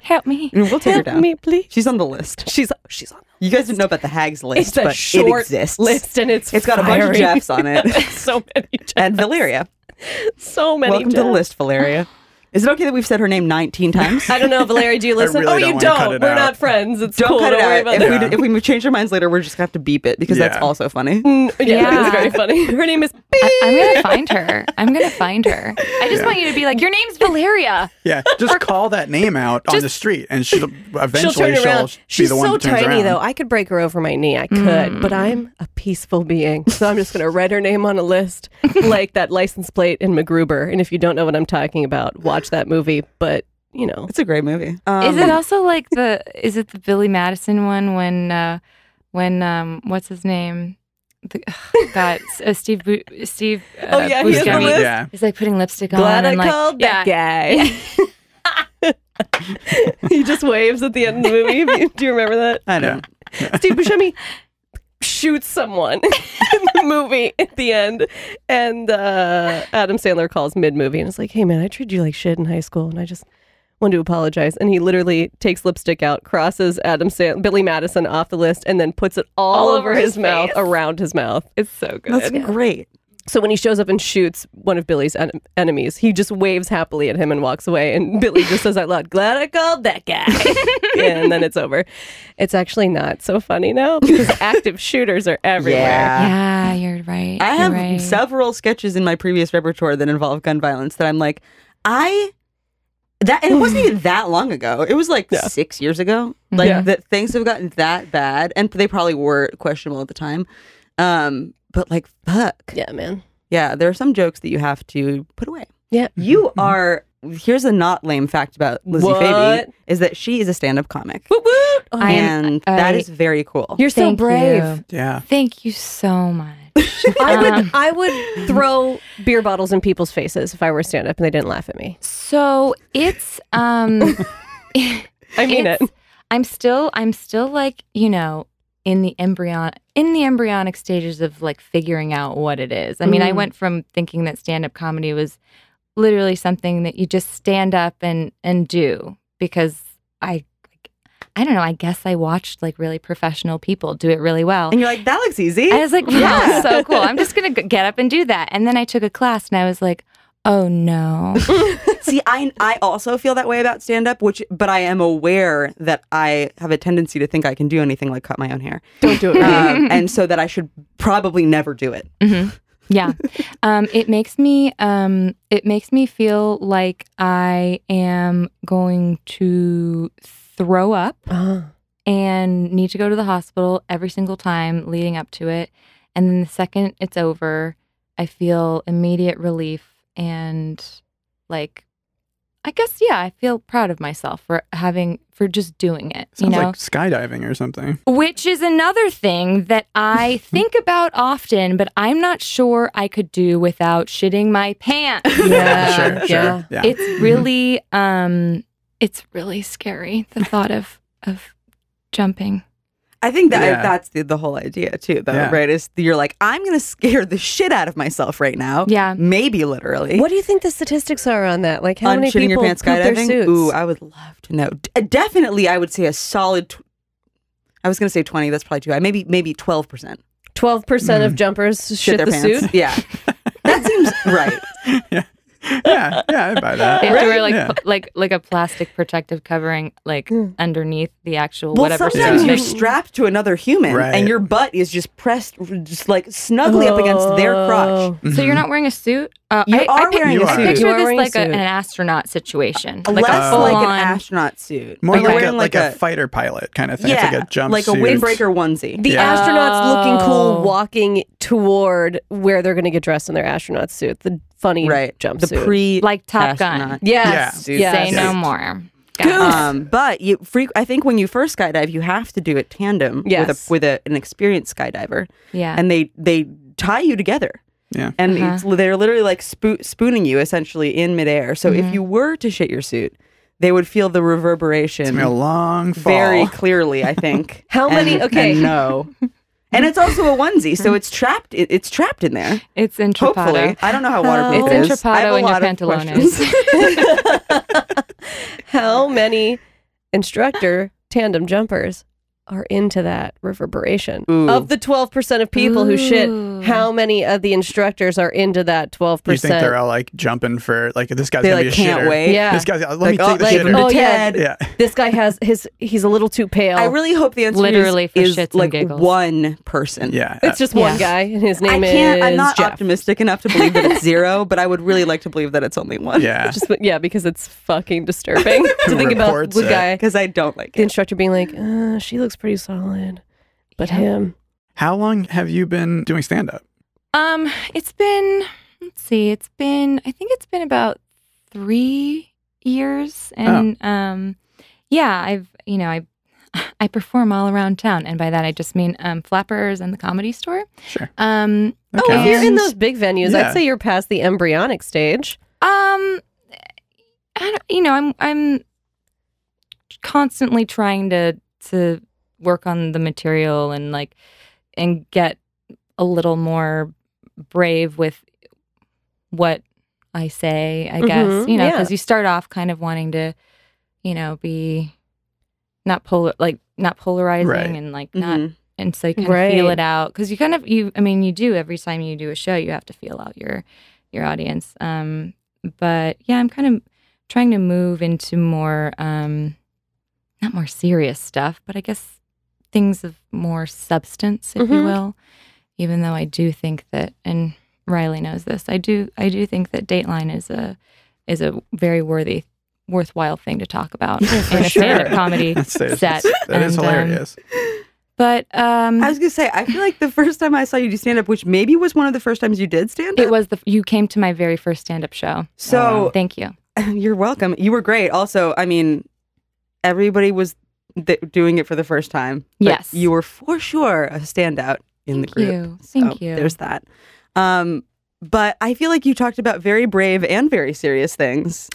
S5: Help me.
S1: And We'll take her
S2: help [laughs]
S1: down.
S2: me, please.
S1: She's on the list.
S2: She's she's on.
S1: You guys didn't know about the Hags list,
S2: It's a
S1: but
S2: short
S1: it exists.
S2: list, and it's
S1: It's got a bunch of
S2: fiery.
S1: Jeffs on it
S2: [laughs] so many. Jeffs.
S1: and Valeria.
S2: so many.
S1: Welcome to the
S2: Jeffs.
S1: list, Valeria. Is it okay that we've said her name 19 times?
S2: I don't know, Valeria. Do you listen?
S3: really
S2: oh,
S3: don't
S2: you
S3: wanna cut
S2: don't.
S3: it
S2: We're
S3: out.
S2: not friends. It's
S1: Don't
S2: cool.
S1: cut
S2: [laughs] don't
S1: it
S2: worry
S1: out.
S2: about
S1: If,
S2: that.
S1: we, if we change our minds later, we're just going to have to beep it because that's
S3: Yeah.
S1: also funny.
S2: Yeah,
S5: Yeah.
S2: it's very funny. Her name is
S5: I, am gonna find her. I'm gonna find her. I just want you to be like, your name's Valeria.
S3: yeah, just call that name out on the street, and she'll
S2: [laughs]
S3: eventually
S2: she'll turn around.
S3: be
S2: She's
S3: the one
S2: so
S3: who turns
S2: tiny
S3: around.
S2: though. I could break her over my knee. I could,
S5: Mm-hmm.
S2: but I'm a peaceful being, [laughs] so I'm just gonna write her name on a list [laughs] like that license plate in MacGruber. And if you don't know what I'm talking about, watch that movie. But you know,
S1: It's a great movie. Um,
S5: is it also like the is it the Billy Madison one when uh when um what's his name? The, ugh, God, s- uh, Steve Bu- Steve uh,
S2: Oh, yeah, he is the
S5: Buscemi
S2: list.
S3: Yeah.
S5: is like putting lipstick
S2: glad
S5: on
S2: I
S5: and like
S2: called
S5: yeah,
S2: that guy. [laughs] he just waves at the end of the
S5: [laughs]
S2: movie. Do you remember that?
S1: I don't.
S2: Steve Buscemi shoots someone [laughs] in the movie at the end, and uh, Adam Sandler calls mid movie and is like, "Hey man, I treated you like shit in high school, and I just wanted to apologize." And he literally takes lipstick out, crosses Adam Sand- Billy Madison off the list, and then puts it all, over his, mouth, around his mouth.
S5: It's so good.
S1: That's great.
S2: So when he shows up and shoots one of Billy's en- enemies, he just waves happily at him and walks away. And [laughs] Billy just says out loud, "Glad I called that
S5: [laughs]
S2: guy." and then it's over. It's actually not so funny now
S5: [laughs]
S2: because active shooters are everywhere.
S5: yeah, you're right.
S1: I
S5: you're
S1: have
S5: right.
S1: several sketches in my previous repertoire that involve gun violence that I'm like, I that and it wasn't even that long ago. It was like six years ago. Like
S2: Yeah.
S1: that things have gotten that bad, and they probably were questionable at the time. Um, but like, fuck,
S2: Yeah, man.
S1: yeah, there are some jokes that you have to put away.
S2: Yeah.
S1: You are. Here's a not lame fact about Lizzie
S2: What?
S1: Faby is that she is a stand up comic,
S2: Woot woot.
S5: I am- uh,
S1: and that
S5: I-
S1: is very cool.
S2: You're so
S5: Thank
S2: brave.
S5: you.
S3: Yeah.
S5: Thank you so much.
S2: I would
S5: Um,
S2: I would throw beer bottles in people's faces if I were stand up and they didn't laugh at me.
S5: So it's
S2: [laughs]
S5: um [laughs]
S2: I mean it.
S5: it's- I'm still I'm still like, you know, in the embryon in the embryonic stages of like figuring out what it is. I mean, I
S2: Mm.
S5: went from thinking that stand-up comedy was literally something that you just stand up and and do because I I don't know, I guess I watched like really professional people do it really well.
S1: and you're like, that looks easy.
S5: I was like, wow, so cool. I'm just going to get up and do that. And then I took a class and I was like, oh no.
S1: See, I I also feel that way about stand up, which but I am aware that I have a tendency to think I can do anything like cut my own
S2: [laughs]
S1: hair. Don't do it. and so that I should probably never do it.
S5: Mm-hmm. yeah. Um, it makes me um, it makes me feel like I am going to throw up
S2: Uh-huh.
S5: and need to go to the hospital every single time leading up to it. And then the second it's over, I feel immediate relief and like I guess yeah, I feel proud of myself for having for just doing it.
S3: Sounds
S5: you know,
S3: like skydiving or something.
S5: which is another thing that
S1: [laughs]
S5: I think about often, but I'm not sure I could do without shitting my
S3: [laughs]
S5: pants.
S3: sure,
S2: yeah.
S3: sure. Yeah.
S1: Mm-hmm.
S5: It's really um it's really scary the thought of of jumping.
S1: I think that
S3: Yeah.
S1: that's the, the whole idea too, though,
S3: Yeah.
S1: right? Is you're like, I'm gonna scare the shit out of myself right now.
S5: Yeah.
S1: Maybe literally.
S2: What do you think the statistics are on that? Like how
S1: on
S2: many
S1: shitting your
S2: people
S1: pants
S2: poop their
S1: skydiving?
S2: suits?
S1: Ooh, I would love to know. D- definitely, I would say a solid. Tw- I was gonna say twenty. That's probably too high. Maybe maybe twelve percent.
S2: Twelve percent of jumpers shit,
S1: Mm. Shit their
S2: the
S1: pants.
S2: suit. [laughs]
S1: Yeah, that seems right.
S3: yeah, yeah, I buy that.
S5: They have to wear like
S3: Yeah.
S5: pl- like like a plastic protective covering like underneath the actual
S1: Mm. Well,
S5: whatever.
S1: sometimes
S5: suit.
S1: you're strapped to another human,
S3: Right.
S1: and your butt is just pressed, just like snugly up against their crotch.
S5: so you're not wearing a suit. Uh,
S1: Mm-hmm. You
S5: I, I
S1: are
S5: pic-
S1: wearing
S3: You
S1: a
S3: are.
S5: I
S1: suit.
S5: picture
S2: You are
S5: this
S2: wearing a
S5: like a,
S2: suit.
S5: an astronaut situation, like
S1: Less
S5: a full
S1: like an
S5: on.
S1: astronaut suit,
S3: More
S1: You're
S3: like a,
S1: wearing
S3: like a fighter pilot kind of thing. It's like a jumpsuit.
S1: like a windbreaker onesie.
S2: The
S3: Yeah.
S2: astronauts looking cool
S5: Oh.
S2: walking toward where they're going to get dressed in their astronaut suit. The funny
S1: right
S2: jumpsuit.
S1: the pre
S5: Like Top Gun.
S1: astronaut.
S2: yes.
S1: Yeah.
S2: yes.
S5: Say no more. Got it.
S1: Um, but you freak. I think when you first skydive, you have to do it tandem
S2: Yes.
S1: with a, with a, an experienced skydiver,
S5: yeah.
S1: and they they tie you together.
S3: Yeah.
S1: and it's, they're literally like spoo- spooning you essentially in midair. So if you were to shit your suit, they would feel the
S3: It's been a
S1: reverberation
S3: long fall.
S1: very clearly. I think
S2: How
S1: And-
S2: many- okay.
S1: and no, and it's also a onesie, so it's trapped. It, it's trapped in there.
S5: It's in
S1: Hopefully,
S5: Trapado.
S1: I don't know how waterproof
S5: It's
S1: it
S5: in
S1: is. I have
S5: Trapado
S1: a
S5: and your
S1: lot of
S5: pantalones.
S1: questions.
S2: How many instructor [laughs] tandem jumpers are into that reverberation?
S1: Ooh.
S2: Of the 12% of people who
S5: Ooh.
S2: shit, how many of the instructors are into that 12%?
S3: You think they're all like jumping for like this guy's
S1: they
S3: gonna
S1: like
S3: be a
S1: can't
S3: shitter.
S1: wait.
S2: Yeah.
S3: This guy's let me
S1: Like,
S3: take
S1: oh,
S3: the
S1: like,
S3: shitter.
S1: oh,
S2: oh, yeah.
S1: Ted.
S3: [laughs] yeah.
S2: This guy has his, he's a little too pale.
S1: I really hope the answer
S5: Literally
S1: is,
S5: for
S1: is,
S5: shits and
S1: like
S5: giggles.
S1: one person.
S3: Yeah.
S2: [laughs] it's just one guy, and his
S1: I
S2: name
S1: can't.
S2: is
S1: I'm not
S2: Jeff.
S1: optimistic enough to believe that it's zero, but I would really like to believe that it's only one.
S3: [laughs] yeah.
S2: [laughs] Just, yeah, because it's
S1: [laughs]
S2: fucking disturbing to
S3: Who
S2: think about
S3: reports
S2: the
S3: it.
S2: guy,
S1: because I don't like
S2: the
S1: it.
S2: instructor being like, uh, she looks pretty solid, but
S5: Yeah.
S2: him.
S3: How long have you been doing stand up?
S5: Um, it's been let's see, it's been I think it's been about three years, and
S1: Oh.
S5: um, yeah, I've you know I [laughs] I perform all around town, and by that I just mean um, flappers and the comedy store.
S3: Sure.
S5: Um,
S3: That
S2: Oh, if
S3: counts.
S2: you're in those big venues,
S3: Yeah.
S2: I'd say you're past the embryonic stage.
S1: [laughs]
S2: [laughs]
S5: um, I don't, you know I'm I'm constantly trying to to work on the material and like and get a little more brave with what I say, I guess.
S2: Mhm,
S5: You know,
S2: yeah.
S5: because you start off kind of wanting to, you know, be not polar like not polarizing
S3: Right.
S5: and like not
S1: Mhm.
S5: and so you kind of feel
S2: Right.
S5: it out because you kind of you i mean you do every time you do a show you have to feel out your your audience um but yeah i'm kind of trying to move into more um not more serious stuff but i guess things of more substance if
S2: Mhm.
S5: you will even though i do think that and riley knows this i do i do think that dateline is a is a very worthy worthwhile thing to talk about in a
S3: sure.
S5: stand-up comedy
S3: That's- that's-
S5: set
S3: That is
S5: And, um,
S3: hilarious.
S5: but um
S1: I was gonna say, I feel like the first time I saw you do stand up, which maybe was one of the first times you did stand up.
S5: It was the you came to my very first stand up show.
S1: So
S5: Thank you.
S1: [laughs] you're welcome. You were great. Also, I mean, everybody was th- doing it for the first time. but
S5: Yes.
S1: you were for sure a standout in the
S5: Thank
S1: group.
S5: you. Thank
S1: So
S5: you.
S1: There's that. Um, but I feel like you talked about very brave and very serious things.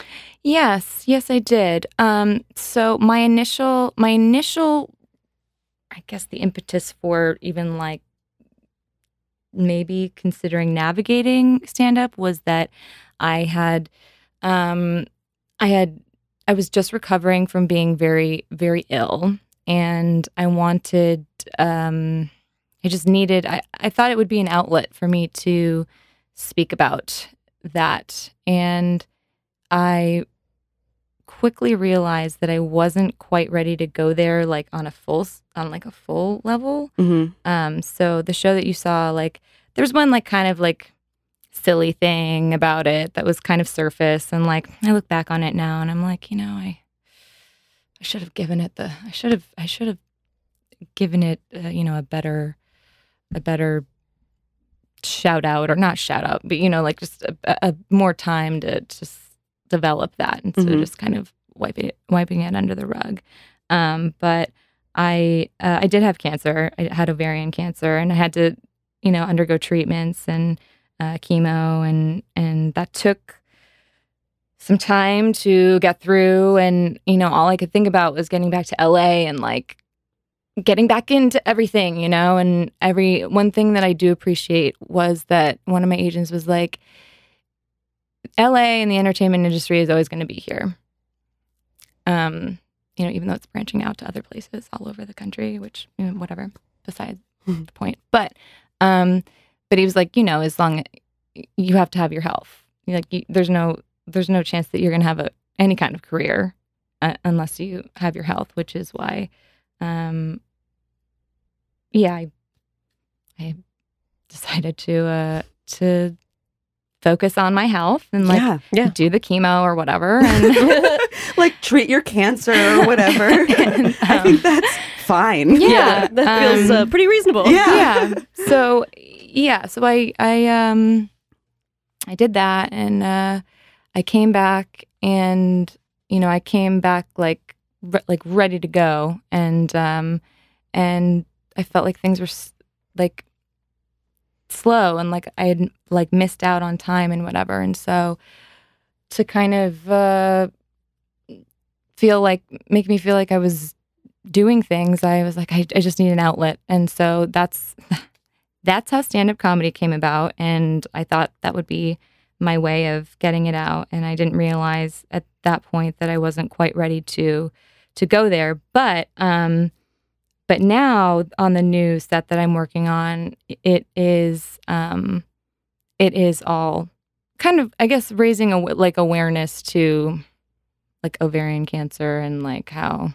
S5: Yes, yes, I did. Um, so my initial, my initial, I guess the impetus for even like maybe considering navigating stand up was that I had, um, I had, I was just recovering from being very, very ill, and I wanted, um, I just needed, I, I thought it would be an outlet for me to speak about that, and I quickly realized that I wasn't quite ready to go there like on a full s- on like a full level.
S1: Mm-hmm.
S5: Um so the show that you saw like there's one like kind of like silly thing about it that was kind of surface and like I look back on it now and I'm like, you know, I I should have given it the I should have I should have given it uh, you know a better a better shout out or not shout out but you know like just a, a more time to just develop that, and so
S1: Mhm.
S5: just kind of wiping it wiping it under the rug. Um, but I uh, I did have cancer. I had ovarian cancer, and I had to you know undergo treatments and uh, chemo, and and that took some time to get through. And you know all I could think about was getting back to LA and like getting back into everything, you know, and every one thing that I do appreciate was that one of my agents was like, LA and the entertainment industry is always going to be here. Um, you know, even though it's branching out to other places all over the country, which, you know, whatever, beside the point. But, um, but he was like, you know, as long you have to have your health, You're like, you, there's no, there's no chance that you're going to have a, any kind of career uh, unless you have your health, which is why, um, yeah, I, I decided to uh, to focus on my health and like
S1: yeah.
S2: Yeah.
S5: do the chemo or whatever.
S2: [laughs]
S5: And
S1: like treat your cancer or whatever.
S5: [laughs] And,
S1: [laughs] I think
S5: um,
S1: that's fine.
S5: Yeah.
S2: that, that feels
S5: um,
S2: uh, pretty reasonable.
S1: Yeah.
S5: yeah, [laughs] so yeah, so I I um I did that and uh, I came back and you know I came back like re- like ready to go and um and I felt like things were s- like slow and like I had like missed out on time and whatever. And so to kind of uh, feel like make me feel like I was doing things, I was like, I, I just need an outlet. And so that's [laughs] that's how stand up comedy came about. And I thought that would be my way of getting it out. And I didn't realize at that point that I wasn't quite ready to to go there. But um but now on the new set that I'm working on, it is um, it is all kind of I guess raising a, like awareness to like ovarian cancer and like how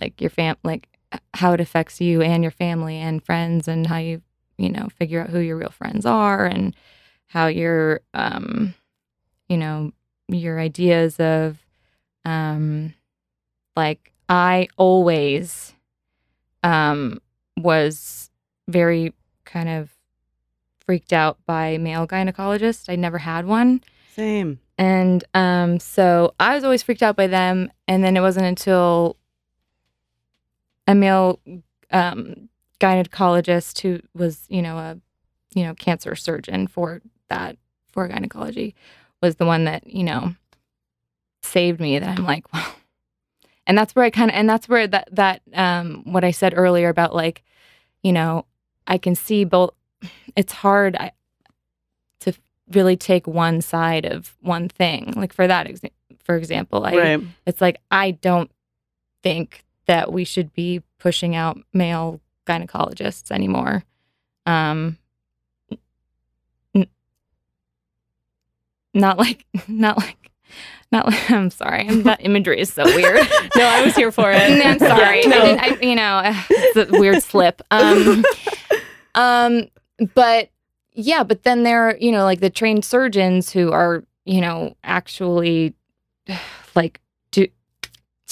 S5: like your fam like how it affects you and your family and friends and how you you know figure out who your real friends are and how your um you know your ideas of um like I always um, was very kind of freaked out by male gynecologists. I never had one.
S1: Same.
S5: And um, so I was always freaked out by them. And then it wasn't until a male um, gynecologist who was, you know, a you know cancer surgeon for that for gynecology was the one that you know saved me. That I'm like, [laughs] wow. And that's where I kind of and that's where that that um, what I said earlier about like, you know, I can see both. It's hard. I, to really take one side of one thing. Like for that exa- for example, I
S1: right.
S5: it's like I don't think that we should be pushing out male gynecologists anymore. Um n- not like [laughs] not like not like [laughs] I'm sorry. That imagery is so weird.
S2: No, I was here for it.
S5: No, [laughs] I'm sorry.
S2: Yeah,
S5: I
S2: no.
S5: didn't, I, you know, [laughs] it's a weird slip. Um, um, but yeah, but then there are, you know, like the trained surgeons who are, you know, actually [sighs] like, do, do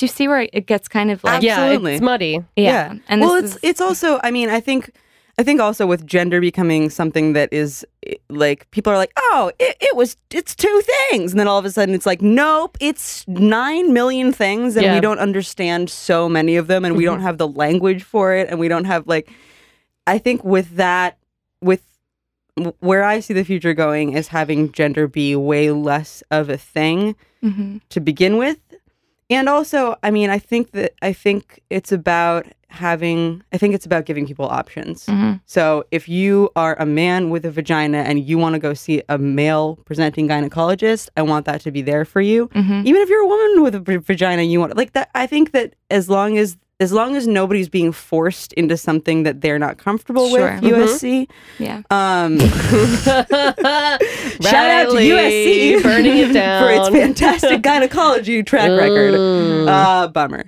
S5: you see where it gets kind of like,
S1: Absolutely.
S2: yeah,
S1: [laughs]
S2: it's muddy. [laughs]
S5: yeah. And
S1: well,
S5: this
S1: it's
S5: is,
S1: it's also. I mean, I think I think also with gender becoming something that is eh, like people are like, oh, it, it was it's two things, and then all of a sudden it's like, nope, it's nine million things, and
S2: Yeah.
S1: we don't understand so many of them, and we
S5: Mm-hmm.
S1: don't have the language for it, and we don't have like. I think with that, with w- where I see the future going is having gender be way less of a thing
S5: Mhm.
S1: to begin with. And also, I mean, I think that I think it's about having I think it's about giving people options.
S5: Mhm.
S1: So if you are a man with a vagina and you want to go see a male presenting gynecologist, I want that to be there for you.
S5: Mhm.
S1: Even if you're a woman with a v- vagina, you want like that I think that as long as as long as nobody's being forced into something that they're not comfortable
S5: Sure.
S1: with, USC.
S5: yeah.
S2: Mm-hmm.
S1: Um
S2: Shout out
S1: Shout out to USC
S2: [laughs] burning it
S1: [laughs]
S2: down Mm.
S1: for its
S2: [laughs]
S1: fantastic gynecology track record.
S2: Ooh.
S5: Mm.
S1: Uh, bummer.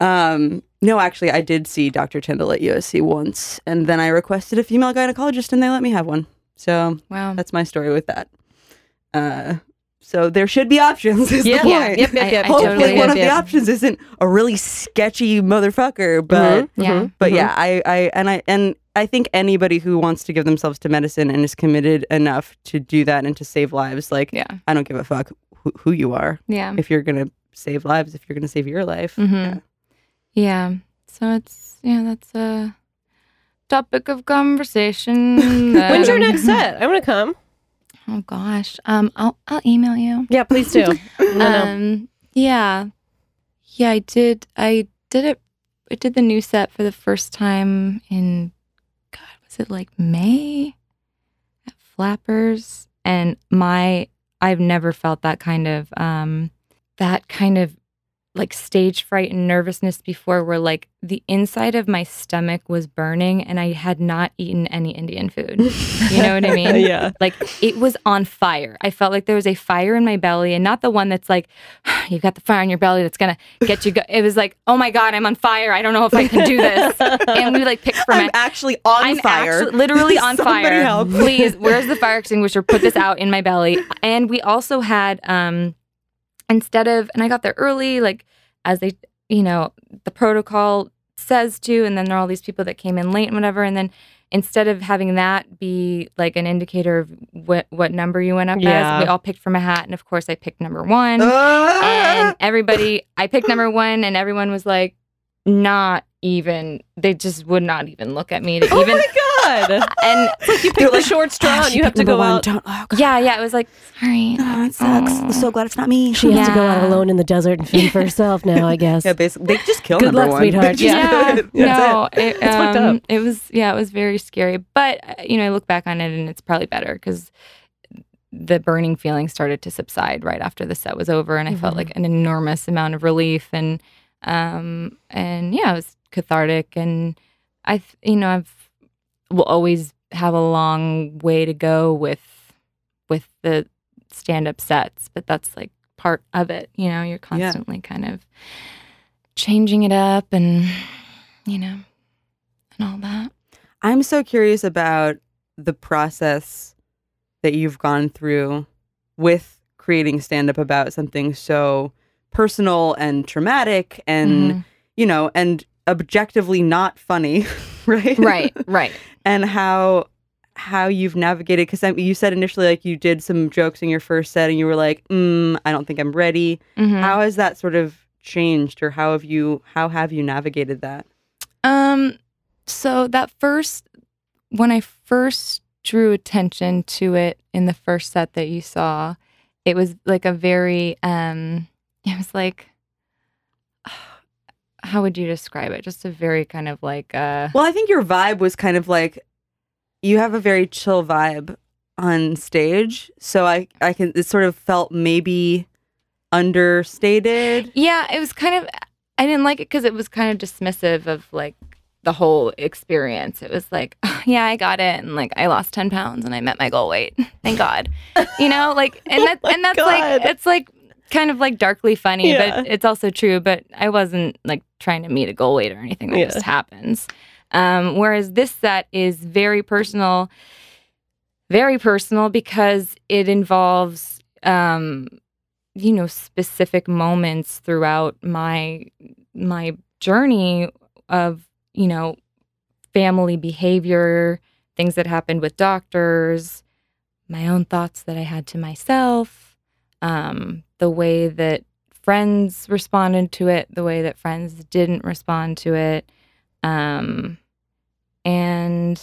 S1: Um, no, actually, I did see Dr. Tyndall at USC once, and then I requested a female gynecologist, and they let me have one. So
S5: Wow.
S1: that's my story with that. Uh, so there should be options. [laughs] Is
S2: yeah,
S1: the
S2: yeah,
S1: point.
S2: yep, yep,
S5: I-
S2: yep.
S5: I
S1: Hopefully,
S5: totally
S1: one of
S2: yep.
S1: the options isn't a really sketchy motherfucker, but
S2: Mhm.
S5: yeah.
S1: but yeah, I, I and I and I think anybody who wants to give themselves to medicine and is committed enough to do that and to save lives, like
S5: Yeah. Mm.
S1: I don't give a fuck who, who you are
S5: Yeah.
S1: if you're going to save lives, if you're going to save your life.
S5: Mhm.
S1: Yeah.
S5: Yeah. So it's yeah, that's a topic of conversation. that-
S2: When's
S1: Um,
S2: your next set? I'm gonna come.
S5: Oh gosh. Um I'll I'll email you.
S2: Yeah, please
S1: [laughs]
S2: do.
S5: Um yeah. Yeah, I did I did it I did the new set for the first time in God, was it like May at Flappers? And my I've never felt that kind of um that kind of like stage fright and nervousness before where like the inside of my stomach was burning and I had not eaten any Indian food. You know what I mean?
S1: yeah.
S5: Like it was on fire. I felt like there was a fire in my belly and not the one that's like, [sighs] you've got the fire in your belly that's going to get you. Go-. It was like, oh my God, I'm on fire. I don't know if I can
S1: [laughs]
S2: [laughs]
S5: do this.
S2: Oh
S5: and we like picked from
S1: I'm
S5: it.
S1: actually on
S5: I'm
S1: fire. [laughs]
S5: actu- literally on
S1: Somebody
S5: fire.
S1: help.
S5: Please, where's the fire extinguisher? Put this out in my belly. And we also had, um, instead of, and I got there early, like as they, you know, the protocol says to, and then there are all these people that came in late and whatever. And then instead of having that be like an indicator of what, what number you went up
S2: Yeah.
S5: as, we all picked from a hat. And of course, I picked number one
S1: Ah!
S5: and everybody i picked number one and everyone was like not even they just would not even look at me to
S2: oh
S5: even
S2: my god!
S5: and
S2: You pick the short
S1: "Ah,
S2: straw and you have to go out.
S1: Don't, oh, God.
S5: yeah yeah it was like sorry
S1: Oh, it sucks. I'm so glad it's not me.
S6: She has to go out
S5: [laughs] Yeah.
S6: alone in the desert and fend for herself now, I guess.
S1: Yeah,
S2: [laughs]
S1: basically, they just kill
S6: Good
S1: number
S6: luck,
S1: one.
S6: sweetheart.
S1: They just-
S5: yeah,
S1: That's
S5: no,
S1: it.
S5: it,
S2: It's fucked
S5: um,
S2: up.
S5: it was yeah, it was very scary. But uh, you know, I look back on it and it's probably better because the burning feeling started to subside right after the set was over, and I felt
S6: Mhm.
S5: like an enormous amount of relief and um and yeah, it was cathartic. And I, th- you know, I've will always have a long way to go with with the stand up sets, but that's like part of it. You know, you're constantly kind of changing it up and you know and all that
S1: I'm so curious about the process that you've gone through with creating stand up about something so personal and traumatic and,
S5: Mm-hmm.
S1: you know, and objectively not funny, [laughs] right?
S5: Mm-hmm. right right
S1: and how how you've navigated because you said initially like you did some jokes in your first set and you were like mm, i don't think i'm ready
S5: Mm-hmm.
S1: how has that sort of changed or how have you how have you navigated that
S5: um so that first when i first drew attention to it in the first set that you saw it was like a very um [laughs] it was like [sighs] how would you describe it just a very kind of like uh
S1: well i think your vibe was kind of like you have a very chill vibe on stage so i i can it sort of felt maybe understated
S5: Yeah, it was kind of. I didn't like it because it was kind of dismissive of like the whole experience. It was like, [laughs] "Oh, yeah, I got it, and like I lost ten pounds and I met my goal weight. [laughs] Thank God, you know, like and that and that's like it's like kind of like darkly funny,
S2: Yeah.
S5: but [laughs] it's also true. But I wasn't like trying to meet a goal weight or anything. That
S2: Yeah.
S5: just happens. Um, whereas this set is very personal, very personal because it involves um, you know specific moments throughout my my journey of you know family behavior things that happened with doctors my own thoughts that i had to myself um, the way that friends responded to it the way that friends didn't respond to it um, and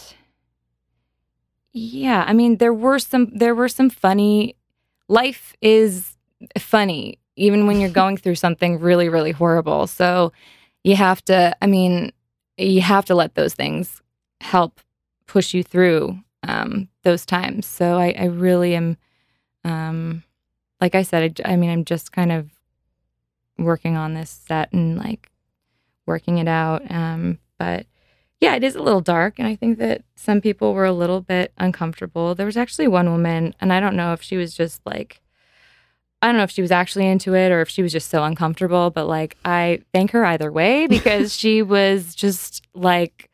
S5: yeah i mean there were some there were some funny life is funny even when you're going through something really really horrible so you have to i mean you have to let those things help push you through um, those times so I, I really am um, like i said I j- I, mean i'm just kind of working on this set and like working it out um, but yeah it is a little dark and i think that some people were a little bit uncomfortable there was actually one woman and i don't know if she was just like I don't know if she was actually into it or if she was just so uncomfortable, but like I thank her either way because she was just like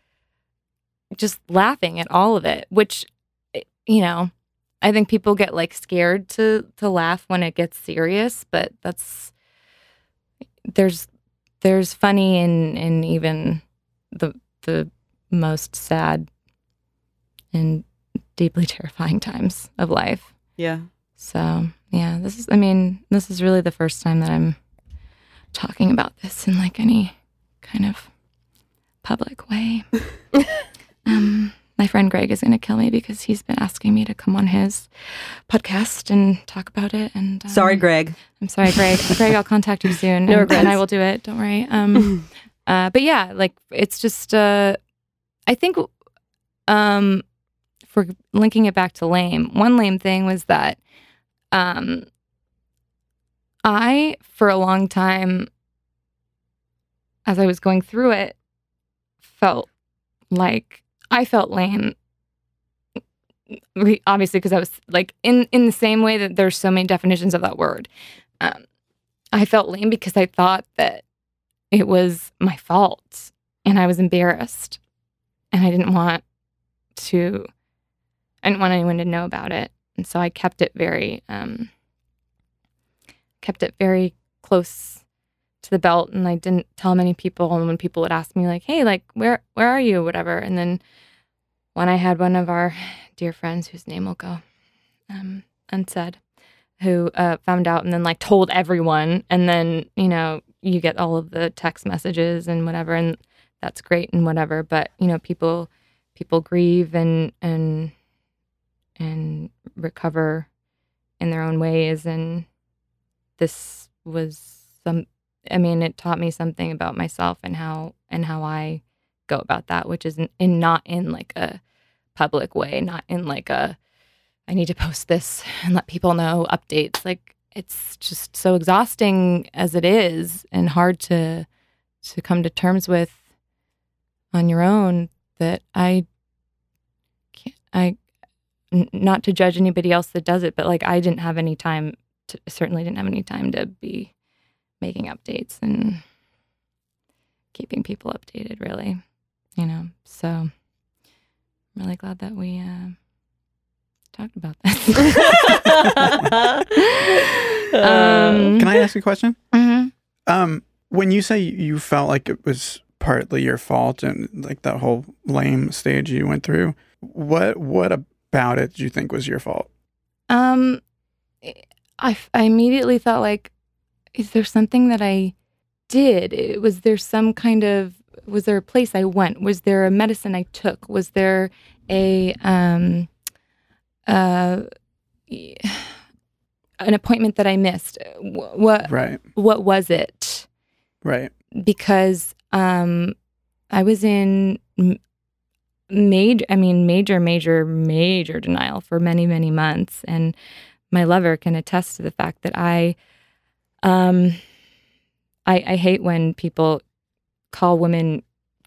S5: just laughing at all of it, which eh, you know, I think people get like scared to to laugh when it gets serious, but that's there's there's funny in in even the the most [laughs] sad and deeply terrifying times of life.
S1: yeah
S5: So yeah, this is. I mean, this is really the first time that I'm talking about this in like any kind of public way. um, my friend Greg is going to kill me because he's been asking me to come on his podcast and talk about it. And um,
S1: Sorry, Greg.
S5: I'm
S2: [laughs]
S5: sorry, Greg. Greg, I'll contact you soon.
S2: No
S5: and-
S2: regrets.
S5: and I will do it.
S2: [laughs]
S5: Don't worry. Um, uh, but yeah, like it's just, uh, I think, um, for linking it back to lame, one lame thing was that, um, I for a long time, as I was going through it, felt like I felt lame. We- Obviously, because I was like in in the same way that there's so many definitions of that word. Um, I felt lame because I thought that it was my fault, and I was embarrassed, and I didn't want to. I didn't want anyone to know about it, and so I kept it very um, kept it very close to the belt and I didn't tell many people and when people would ask me like, "Hey, like where where are you?" whatever. And then when I had one of our dear friends whose name will go um unsaid who uh, found out and then like told everyone and then, you know, you get all of the text messages and whatever and that's great and whatever, but you know, people people grieve and and and recover in their own ways and this was some i mean it taught me something about myself and how and how i go about that which is in, in not in like a public way not in like a i need to post this and let people know updates like it's just so exhausting as it is and hard to to come to terms with on your own that i can't i n- not to judge anybody else that does it but like i didn't have any time t- certainly didn't have any time to be making updates and keeping people updated really you know so i'm really glad that we uh, talked about that um,
S3: Can I ask a question?
S5: mhm.
S3: Um, when you say you felt like it was partly your fault and like that whole lame stage you went through, what what about it do you think was your fault?
S5: Um, I, I immediately thought like, is there something that I did? It- Was there some kind of was there a place I went? Was there a medicine I took? Was there a um, uh, e- [sighs] an appointment that I missed? Wh-
S1: Uh,
S5: What
S3: Right,
S5: what was it?
S3: right,
S5: because um I was in m- major I mean major major major denial for many many months and my lover can attest to the fact that I um I I hate when people call women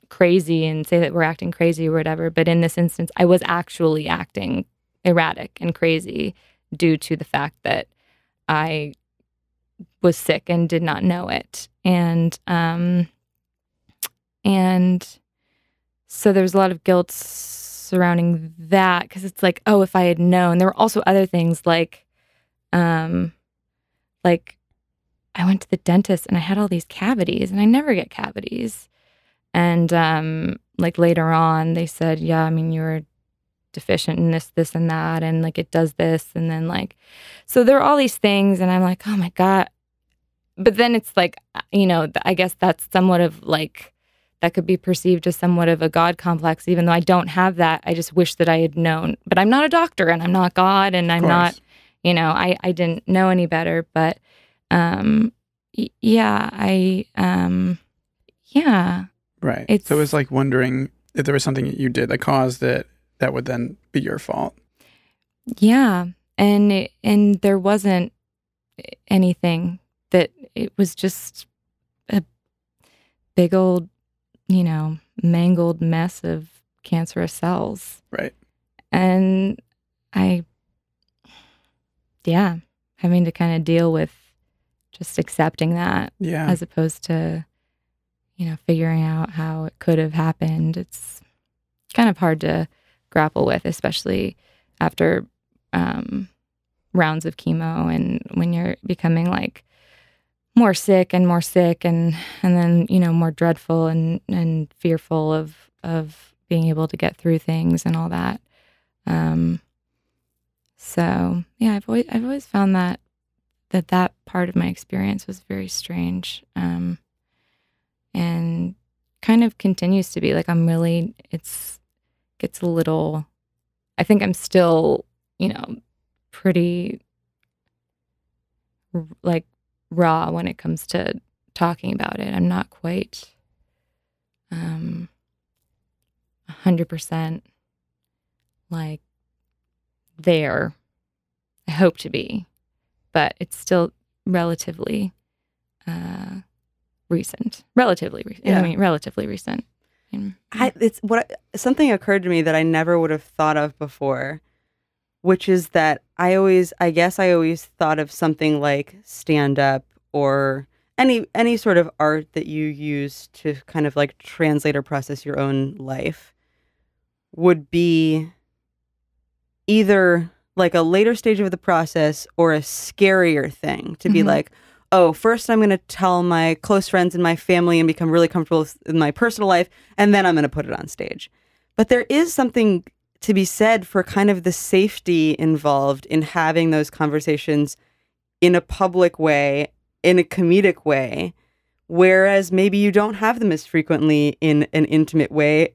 S5: crazy and say that we're acting crazy or whatever but in this instance I was actually acting erratic and crazy due to the fact that I was sick and did not know it and um and so there was a lot of guilt surrounding that because it's like oh if i had known there were also other things like um like i went to the dentist and i had all these cavities and i never get cavities and um like later on they said yeah i mean you were deficient in this this and that and like it does this and then like so there are all these things and i'm like oh my god but then it's like uh, you know th- i guess that's somewhat of like that could be perceived as somewhat of a god complex even though i don't have that i just wish that i had known but i'm not a doctor and i'm not god and i'm
S3: course.
S5: not you know i i didn't know any better but um y- yeah i um yeah
S3: right.
S5: It's-
S3: so it was like wondering if there was something that you did that caused it that would then be your fault.
S5: Yeah, and it- and there wasn't anything that it was just a big old, you know, mangled mess of cancerous cells.
S3: Right.
S5: And I yeah, having to kind of deal with just accepting that
S3: Yeah.
S5: as opposed to you know figuring out how it could have happened it's kind of hard to grapple with especially after um, rounds of chemo and when you're becoming like more sick and more sick and and then you know more dreadful and and fearful of of being able to get through things and all that um So yeah, I've always I've always found that that that part of my experience was very strange, um, and kind of continues to be. Like I'm really it's gets a little. I think I'm still you know pretty r- like raw when it comes to talking about it. I'm not quite um hundred percent like there. I hope to be, but it's still relatively uh, recent. Relatively recent.
S1: Yeah.
S5: I mean, relatively recent. Mm.
S1: I, it's what I, something occurred to me that I never would have thought of before, which is that I always, I guess, I always thought of something like stand up or any any sort of art that you use to kind of like translate or process your own life would be either like a later stage of the process or a scarier thing to be
S5: Mhm.
S1: like oh first i'm going to tell my close friends and my family and become really comfortable with- in my personal life and then I'm going to put it on stage. But there is something to be said for kind of the safety involved in having those conversations in a public way, in a comedic way, whereas maybe you don't have them as frequently in an intimate way.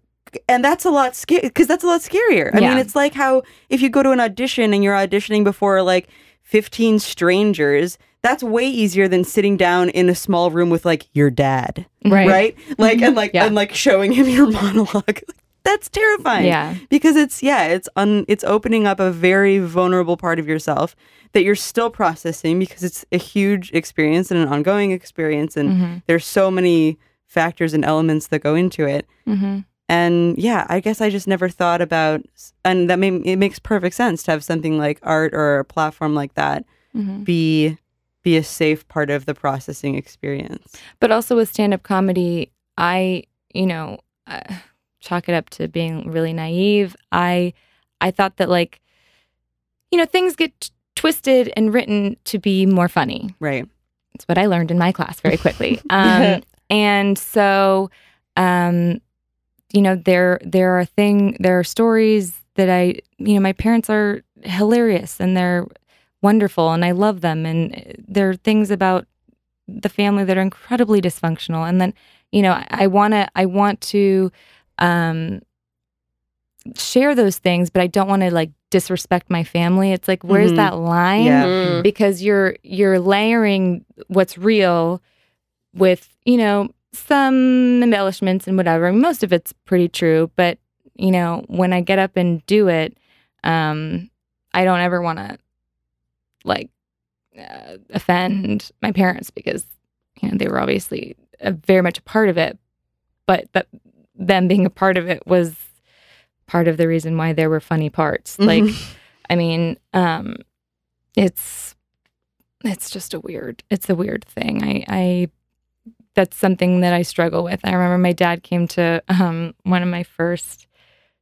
S1: And that's a lot scary because that's a lot scarier. I
S5: Yeah.
S1: mean, it's like how if you go to an audition and you're auditioning before like 15 strangers, that's way easier than sitting down in a small room with like your dad
S5: Right. Mm-hmm.
S1: right? Like and like
S5: Yeah.
S1: and like showing him your [laughs] monologue. That's terrifying.
S5: Yeah.
S1: Because it's yeah, it's un it's opening up a very vulnerable part of yourself that you're still processing because it's a huge experience and an ongoing experience and
S5: Mhm.
S1: there's so many factors and elements that go into it.
S5: Mhm.
S1: And yeah, I guess I just never thought about and that may, it makes perfect sense to have something like art or a platform like that
S5: Mhm.
S1: be be a safe part of the processing experience.
S5: But also with stand up comedy, I, you know, uh, chalk it up to being really naive. I, I thought that like, you know, things get t- twisted and written to be more funny.
S1: Right.
S5: It's what I learned in my class very quickly. Um, and so, um, you know, there there are thing there are stories that I you know my parents are hilarious and they're wonderful and I love them and there are things about the family that are incredibly dysfunctional and then you know I, I wanna I want to um, share those things but I don't want to like disrespect my family. It's like where's
S1: Mhm.
S5: that line?
S1: Yeah.
S2: Mm.
S5: because you're you're layering what's real with you know some embellishments and whatever most of it's pretty true but you know when i get up and do it um i don't ever want to like uh, offend my parents because you know they were obviously uh very much a part of it but that them being a part of it was part of the reason why there were funny parts
S1: Mm-hmm.
S5: like I mean, um, it's it's just a weird it's a weird thing. I, I that's something that I struggle with. I remember my dad came to um, one of my first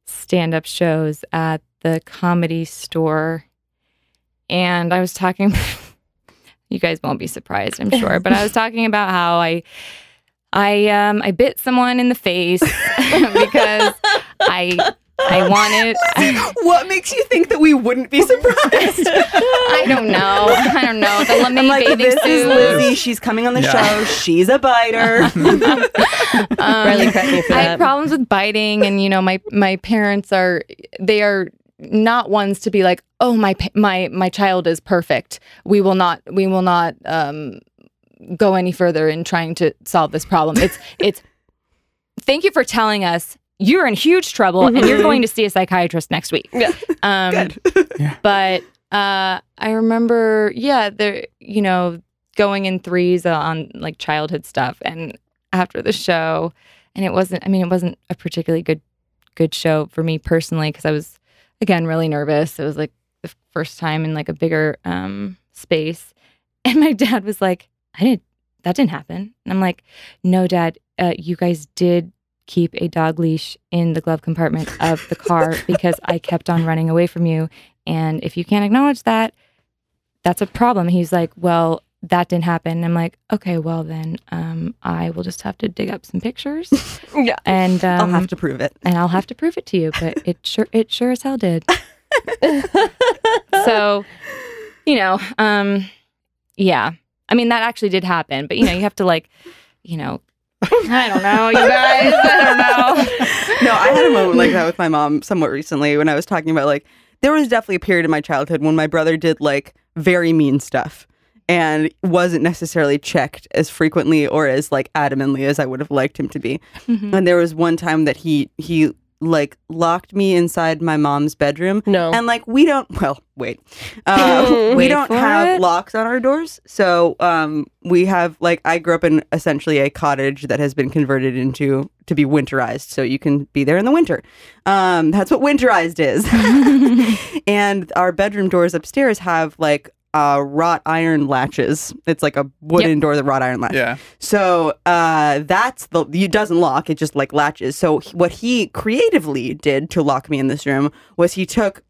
S5: stand up shows at the comedy store, and I was talking. [laughs] you guys won't be surprised, I'm sure, but I was talking about how I. I um I bit someone in the face [laughs] because I I wanted
S1: [laughs] what makes you think that we wouldn't be surprised?
S5: I don't know. I don't know.
S1: [laughs]
S5: The LeMay
S1: I'm like,
S5: bathing
S1: this is
S5: suit.
S1: Lizzie. She's coming on the
S3: Yeah.
S1: show. She's a biter. [laughs]
S5: Um,
S2: Riley cracked me for
S5: I
S2: that.
S5: have problems with biting, and you know, my my parents are they are not ones to be like, oh my pa- my my child is perfect. We will not we will not um, go any further in trying to solve this problem. It's it's thank you for telling us you're in huge trouble and you're going to see a psychiatrist next week.
S2: Yeah.
S5: Um,
S3: Yeah.
S5: But uh, I remember, yeah, there, you know, going in threes on like childhood stuff, and after the show, and it wasn't. I mean, it wasn't a particularly good good show for me personally because I was again really nervous. It was like the first time in like a bigger um, space, and my dad was like, "I didn't. That didn't happen." And I'm like, "No, Dad. Uh, you guys did." Keep a dog leash in the glove compartment of
S1: [laughs]
S5: the car because I kept on running away from you. And if you can't acknowledge that, that's a problem. He's like, well, that didn't happen. I'm like, okay, well then, um, I will just have to dig up some pictures,
S1: [laughs]
S2: Yeah.
S5: and um,
S1: I'll have to prove it.
S5: and I'll have to prove it to you. But it sure, it sure as hell did. so, you know, um, yeah. I mean, that actually did happen, but you know, you have to like, you know, I don't know, you guys. I don't know.
S1: no, I had a moment like that with my mom somewhat recently when I was talking about like there was definitely a period in my childhood when my brother did like very mean stuff and wasn't necessarily checked as frequently or as like adamantly as I would have liked him to be.
S5: Mhm.
S1: And there was one time that he he like locked me inside my mom's bedroom
S2: No.
S1: and like we don't well
S5: [laughs]
S1: wait uh, we
S5: Wait
S1: don't
S5: for
S1: have
S5: it.
S1: locks on our doors so um we have like i grew up in essentially a cottage that has been converted into to be winterized so you can be there in the winter um that's what winterized is [laughs]
S5: [laughs]
S1: and our bedroom doors upstairs have like uh wrought iron latches it's like a wooden door that wrought iron latch
S3: Yeah.
S1: so uh, that's the it doesn't lock; it just like latches. So he- what he creatively did to lock me in this room was he took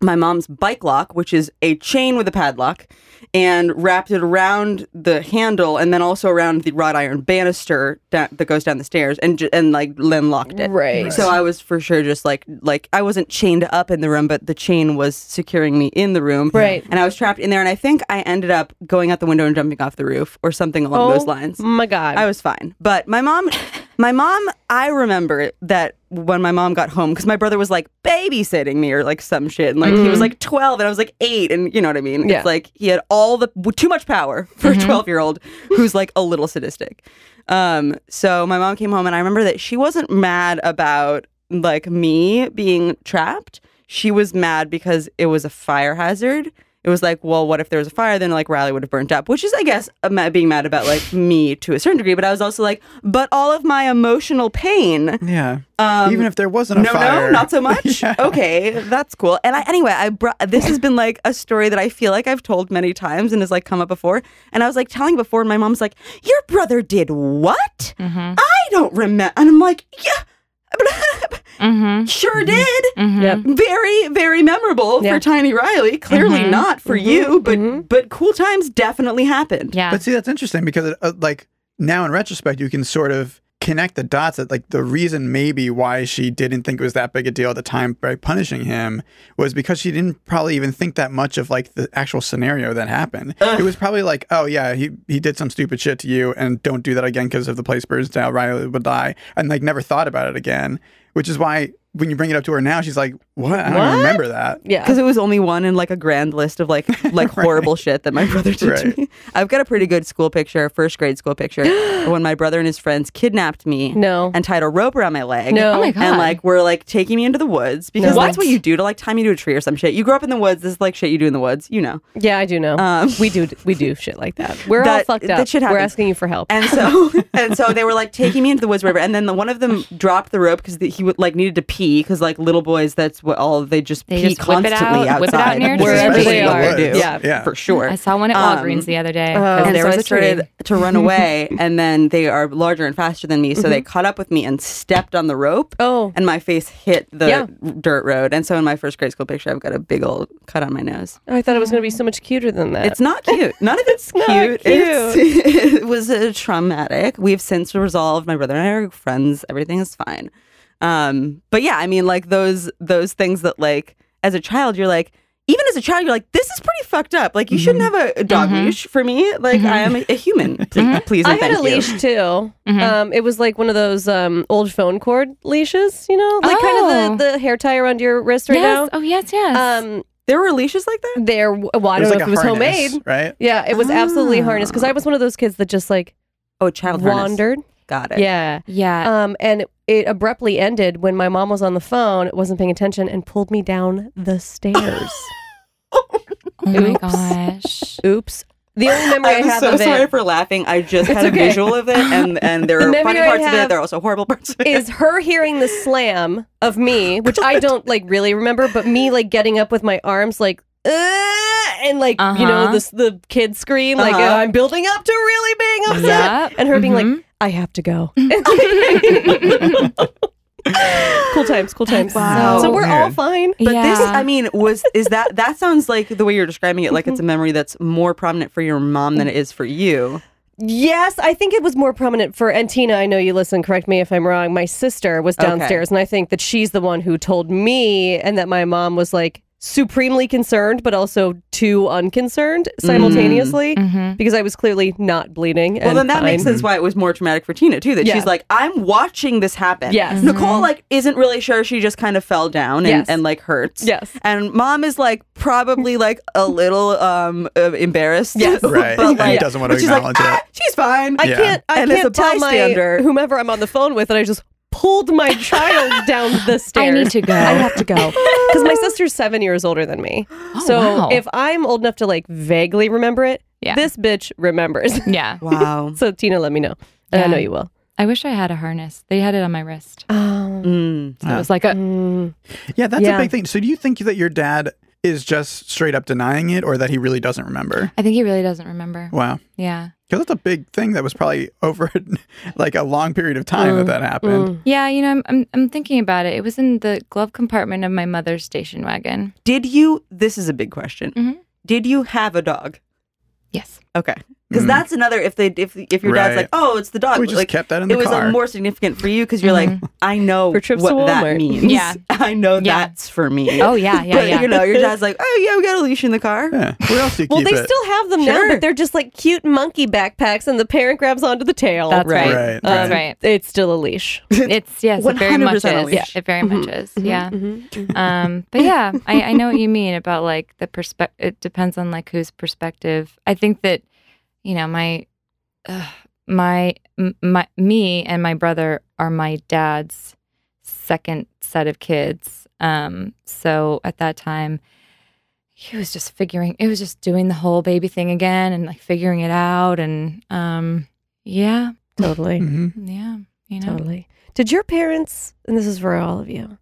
S1: my mom's bike lock, which is a chain with a padlock, and wrapped it around the handle and then also around the wrought iron banister that, that goes down the stairs, and ju- and like then locked it.
S5: Right.
S1: So I was for sure just like like I wasn't chained up in the room, but the chain was securing me in the room.
S2: Right.
S1: And I was trapped in there, and I think I ended up going out the window and jumping off the roof or something along
S2: oh
S1: those lines.
S2: my god.
S1: I was fine. But my
S2: [laughs]
S1: mom, my mom, I remember that when my mom got home, because my brother was like babysitting me or like some shit. And like he
S2: Mm.
S1: was like 12 and I was like eight. And you know what I mean?
S2: Yeah.
S1: It's like he had all the w- too much power for a 12 year old who's like a little sadistic. Um, so my mom came home and I remember that she wasn't mad about like me being trapped. She was mad because it was a fire hazard it was like, well, what if there was a fire? Then like Riley would have burnt up, which is, I guess, a ma- being mad about like me to a certain degree. But I was also like, but all of my emotional pain.
S3: Yeah.
S1: Um,
S3: Even if there wasn't a
S1: no,
S3: fire.
S1: no,
S3: [laughs]
S1: not so much.
S3: Yeah.
S1: Okay, that's cool. And I, anyway, I brought this has been like a story that I feel like I've told many times and has like come up before. And I was like telling before, and my mom's like, "Your brother did what?
S5: Mm-hmm.
S1: I don't remember." And I'm like, [laughs] "Yeah,
S5: Mm-hmm.
S1: sure did."
S5: Mm-hmm.
S2: Yep.
S1: very very memorable
S2: Yeah.
S1: for tiny riley clearly
S5: Mhm.
S1: not for you but
S3: Mm-hmm.
S1: but cool times definitely happened
S5: Yeah.
S3: But see, that's interesting because, it, uh, like, now in retrospect, you can sort of connect the dots that, like, the reason maybe why she didn't think it was that big a deal at the time by punishing him was because she didn't probably even think that much of, like, the actual scenario that happened. It was probably like, oh, yeah, he, he did some stupid shit to you, and don't do that again because if the place burns down, Riley would die, and, like, never thought about it again, which is why when you bring it up to her now, she's like, what? I don't even remember that.
S2: yeah.
S1: because it was only one in like a grand list
S5: [laughs]
S1: of like like horrible shit that my brother did to
S3: Right.
S1: me i've got a pretty good school picture first grade school
S5: [gasps]
S1: picture when my brother and his friends kidnapped me
S2: No.
S1: and tied a rope around my leg
S2: No.
S5: Oh my God.
S1: and like were like taking me into the woods because
S2: No.
S1: that's what you do to like tie me to a tree or some shit you grow up in the woods this is like shit you do in the woods you know
S2: Yeah, I do know.
S1: Um,
S2: we do we do shit like that. We're all
S1: That-
S2: fucked
S1: that
S2: up.
S1: shit
S2: We're
S1: happens.
S2: asking you for help.
S1: And
S5: [laughs]
S1: so, [laughs] and so they were like taking me into the woods, whatever. And then the, one of them dropped the rope because he would like needed to pee because like little boys, that's what all they just
S5: They
S1: pee
S5: just whip it
S1: constantly
S5: out- whip it out
S1: outside
S5: near a tree.
S1: wherever
S2: Especially
S1: they
S2: in the
S1: are.
S3: woods.
S1: Yeah,
S3: Yeah.
S1: for sure.
S5: I saw one at
S1: Um,
S5: Walgreens the other day. 'cause
S1: and
S5: there
S1: Oh, so
S5: was
S1: I
S5: a tree.
S1: started to run away, and then they are larger and faster than me, so they caught up with me and stepped on the rope.
S2: Oh.
S1: and my face hit the
S2: Yeah.
S1: dirt road, and so in my first grade school picture, I've got a big old cut on my nose.
S2: I thought it was going to be so much cuter than that.
S1: It's not cute. None of it's cute.
S2: [laughs] not
S1: It's- it [laughs] was uh, traumatic. We've since resolved. My brother and I are friends. Everything is fine. Um, but yeah, I mean, like those those things that like as a child, you're like. Even as a child, you're like, this is pretty fucked up. Like, you shouldn't
S2: Mm-hmm.
S1: have a, a dog leash for me. Like, I am a, a
S2: [laughs]
S1: human. Please, please
S2: Mm-hmm. I
S1: and
S2: had
S1: thank
S2: a
S1: you.
S2: leash too.
S5: Mm-hmm.
S2: Um, it was like one of those um, old phone cord leashes, you know, like kind
S5: Oh.
S2: of the, the hair tie around your wrist right
S5: yes.
S2: now.
S5: Oh yes, yes.
S2: Um,
S1: There were leashes like that?
S2: there, well, I don't know
S3: was
S2: if
S3: like
S2: it
S3: a
S2: was
S3: harness,
S2: homemade. [laughs]
S3: Right?
S2: Yeah, it was absolutely harnessed because
S1: Ah.
S2: I was one of those kids that just like
S1: Oh, child harness.
S2: wandered.
S1: Got it.
S2: Yeah.
S5: yeah.
S2: Um, and it, it abruptly ended when my mom was on the phone, wasn't paying attention, and pulled me down the
S1: [laughs]
S2: stairs.
S5: oh my
S2: oops. [laughs]
S5: gosh.
S2: Oops. The only memory I
S1: I'm
S2: have
S1: so
S2: of
S1: sorry
S2: it
S1: for laughing. I just had
S2: okay.
S1: a visual of it, and, and
S2: [laughs]
S1: there
S2: The
S1: are
S2: memory
S1: funny
S2: I
S1: parts of it.
S2: have
S1: There are also horrible parts of it.
S2: is her hearing the slam of me, which
S1: [laughs]
S2: I don't like really remember, but me like getting up with my arms like "Ugh," and like you know
S5: Uh-huh.
S2: this the kid scream like
S1: Uh-huh.
S2: "Oh, I'm building up to really being upset,
S5: Yep.
S2: and her being like
S5: Mhm.
S2: I have
S1: [laughs]
S2: to go. cool times, cool times.
S1: Wow.
S2: So we're all
S3: Weird.
S2: fine.
S1: But
S5: yeah.
S1: this, I mean, was is that that sounds like the way you're describing it? Like it's a memory that's more prominent for your mom than it is for you.
S2: Yes, I think it was more prominent for and Tina. I know you listen. Correct me if I'm wrong. My sister was
S1: Okay.
S2: downstairs, and I think that she's the one who told me, and that my mom was like, supremely concerned, but also too unconcerned simultaneously because I was clearly not bleeding.
S1: Well,
S2: and
S1: then that makes
S2: fine.
S1: sense why it was more traumatic for Tina too. That
S2: Yeah.
S1: she's like, I'm watching this happen.
S2: Yes.
S1: Nicole like isn't really sure. She just kind of fell down and,
S2: Yes.
S1: and like hurts.
S2: Yes.
S1: And mom is like probably like a little um uh, embarrassed. [laughs]
S2: Yes.
S3: Right. [laughs]
S1: but
S3: And
S1: like,
S3: doesn't want to
S1: but she's like,
S3: acknowledge
S1: "Ah,
S3: it.
S1: she's fine. [laughs]
S2: I
S3: Yeah.
S2: can't. I
S1: And as
S2: can't
S1: a
S2: tell my
S1: bystander-
S2: whomever I'm on the phone with that I just pulled my child down the
S6: I
S2: stairs.
S6: need to go. I have to
S2: [laughs]
S6: go.
S2: because my sister's seven years older than me. so
S5: wow.
S2: if I'm old enough to like vaguely remember it,
S5: [laughs] Yeah.
S2: this bitch remembers. [laughs]
S5: Yeah.
S1: Wow.
S2: so Tina, let me know. And I
S5: Yeah.
S2: know you will.
S5: I wish I had a harness. They had it on my wrist.
S2: Oh.
S1: Mm.
S5: So it was like a
S2: Mm.
S3: Yeah, that's
S2: Yeah.
S3: a big thing. So do you think that your dad is just straight up denying it or that he really doesn't remember?
S5: I think he really doesn't remember.
S3: Wow.
S5: Yeah.
S3: Because that's a big thing that was probably [laughs] over like a long period of time
S2: Mm,
S3: that that happened.
S5: Yeah, you know, I'm, I'm I'm thinking about it. It was in the glove compartment of my mother's station wagon.
S1: Did you? This is a big question.
S5: Mhm.
S1: Did you have a dog?
S5: Yes.
S1: Okay. Because
S3: Mm.
S1: that's another. If they, if if your dad's
S3: Right.
S1: like, oh, it's the dog.
S3: We just
S1: like,
S3: kept that in the
S1: it was uh,
S3: car.
S1: more significant for you because you're like, I know
S2: Mm-hmm. For trips
S1: what
S2: to
S1: that
S2: Walmart.
S1: means.
S5: Yeah.
S1: [laughs] I know
S5: Yeah.
S1: that's for me.
S5: Oh yeah, yeah,
S1: but
S5: yeah.
S1: you know, your dad's like, oh yeah, we got a leash in the car.
S3: Yeah. Where else do you
S2: Well,
S3: keep
S2: they
S3: it?
S2: still have them now,
S1: Sure.
S2: but they're just like cute monkey backpacks, and the parent grabs onto the tail. Um,
S5: That's right.
S3: Right,
S5: That's
S3: right.
S5: right.
S2: It's still a leash.
S5: It's yes, it very much is.
S1: 100% a leash.
S5: Yeah, It very
S1: Mm-hmm.
S5: much is. Yeah.
S2: Mm-hmm.
S5: Um, but yeah, I, I know what you mean about like the perspective. It depends on like whose perspective. I think that you know my uh, my m- my me and my brother are my dad's second set of kids. Um, so at that time. He was just figuring. It was just doing the whole baby thing again, and like figuring it out, and um, yeah,
S2: Totally.
S3: Mhm.
S5: yeah, you know,
S2: Totally. Did your parents, and this is for all of you,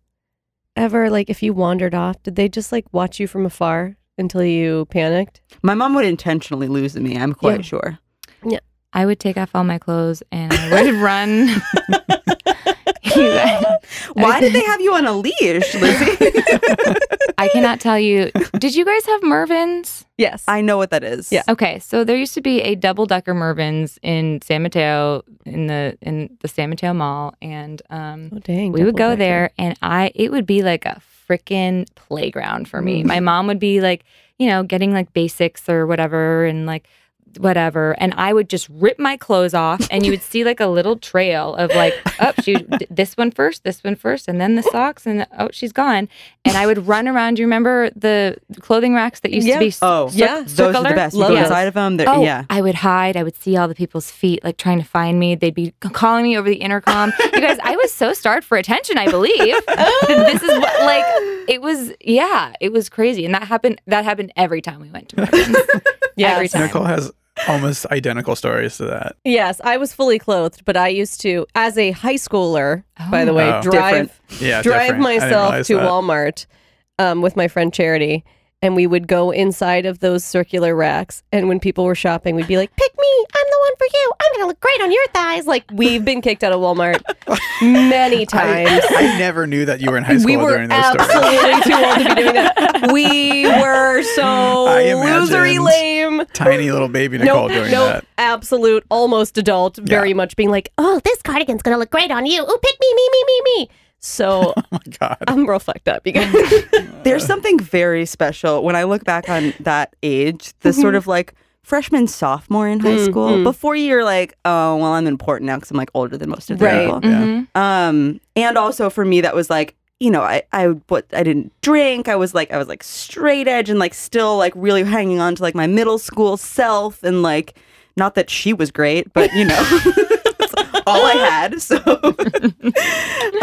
S2: ever like if you wandered off, did they just like watch you from afar until you panicked?
S1: My mom would intentionally lose me. I'm quite
S2: Yeah. [laughs]
S1: sure.
S5: I would take off all my clothes and I would run. [laughs] You guys-
S1: Why did they have you on a leash,
S2: [laughs]
S1: Lizzie?
S5: I cannot tell you. Did you guys have Mervins?
S2: Yes.
S1: I know what that is.
S2: Yeah.
S5: Okay, so there used to be a double decker Mervins in San Mateo in the in the San Mateo Mall, and um,
S2: oh dang.
S5: we would
S2: double decker.
S5: go there and i it would be like a freaking playground for
S2: Mm.
S5: me my mom would be like you know getting like basics or whatever and like whatever and i would just rip my clothes off and you would see like a little trail of
S2: [laughs]
S5: like oh she d- this one first this one first and then the socks and oh she's gone and i would run around do you remember the clothing racks that used
S2: Yeah.
S5: to be
S1: Oh,
S2: Yeah.
S1: Those are the
S5: Circular?
S1: best. You
S2: Love
S1: go
S2: those.
S1: inside of them. they're-
S5: Oh,
S1: yeah.
S5: I would hide. I would see all the people's feet, like trying to find me. They'd be c- calling me over the intercom. you guys, I was so starved for attention. I believe this is what, like, it was. Yeah, it was crazy, and that happened. That happened every time we went to Mervyn's.
S2: Yes.
S5: every time.
S3: Nicole has almost identical stories to that.
S2: Yes, I was fully clothed, but I used to, as a high schooler, by the way,
S3: Oh.
S2: drive
S3: Yeah.
S2: drive
S3: different. I didn't
S2: myself
S3: realize
S2: to
S3: that.
S2: Walmart um, with my friend Charity, and we would go inside of those circular racks. And when people were shopping, we'd be like, "Pick me! I'm the one for you. I'm gonna look great on your thighs." Like we've been kicked out of
S3: [laughs]
S2: Walmart many times.
S3: I, I never knew that you were in high school
S2: we were
S3: during those stories.
S2: absolutely too old to be doing
S3: [laughs]
S2: that. We were so
S3: I
S2: losery
S3: imagined.
S2: lame.
S3: Tiny little baby Nicole
S2: Nope,
S3: doing
S2: nope,
S3: that. [laughs]
S2: absolute, almost adult, very much being like,
S4: Oh, this cardigan's gonna look great on you. Ooh, pick me, me, me, me, me.
S3: [laughs]
S2: so
S3: Oh my God.
S2: I'm real fucked up, you guys.
S1: There's something very special when I look back on that age, the sort of like freshman, sophomore in high school, before you're like, oh, well, I'm important now because I'm like older than most of the
S2: Right.
S1: people.
S3: Yeah.
S2: Mm-hmm.
S5: Mhm.
S1: Um, and also for me, that was like, you know, I, I, what, I didn't drink. I was like, I was like straight edge and like still like really hanging on to like my middle school self. And like, not that she was great, but you know, [laughs] that's all I had. So,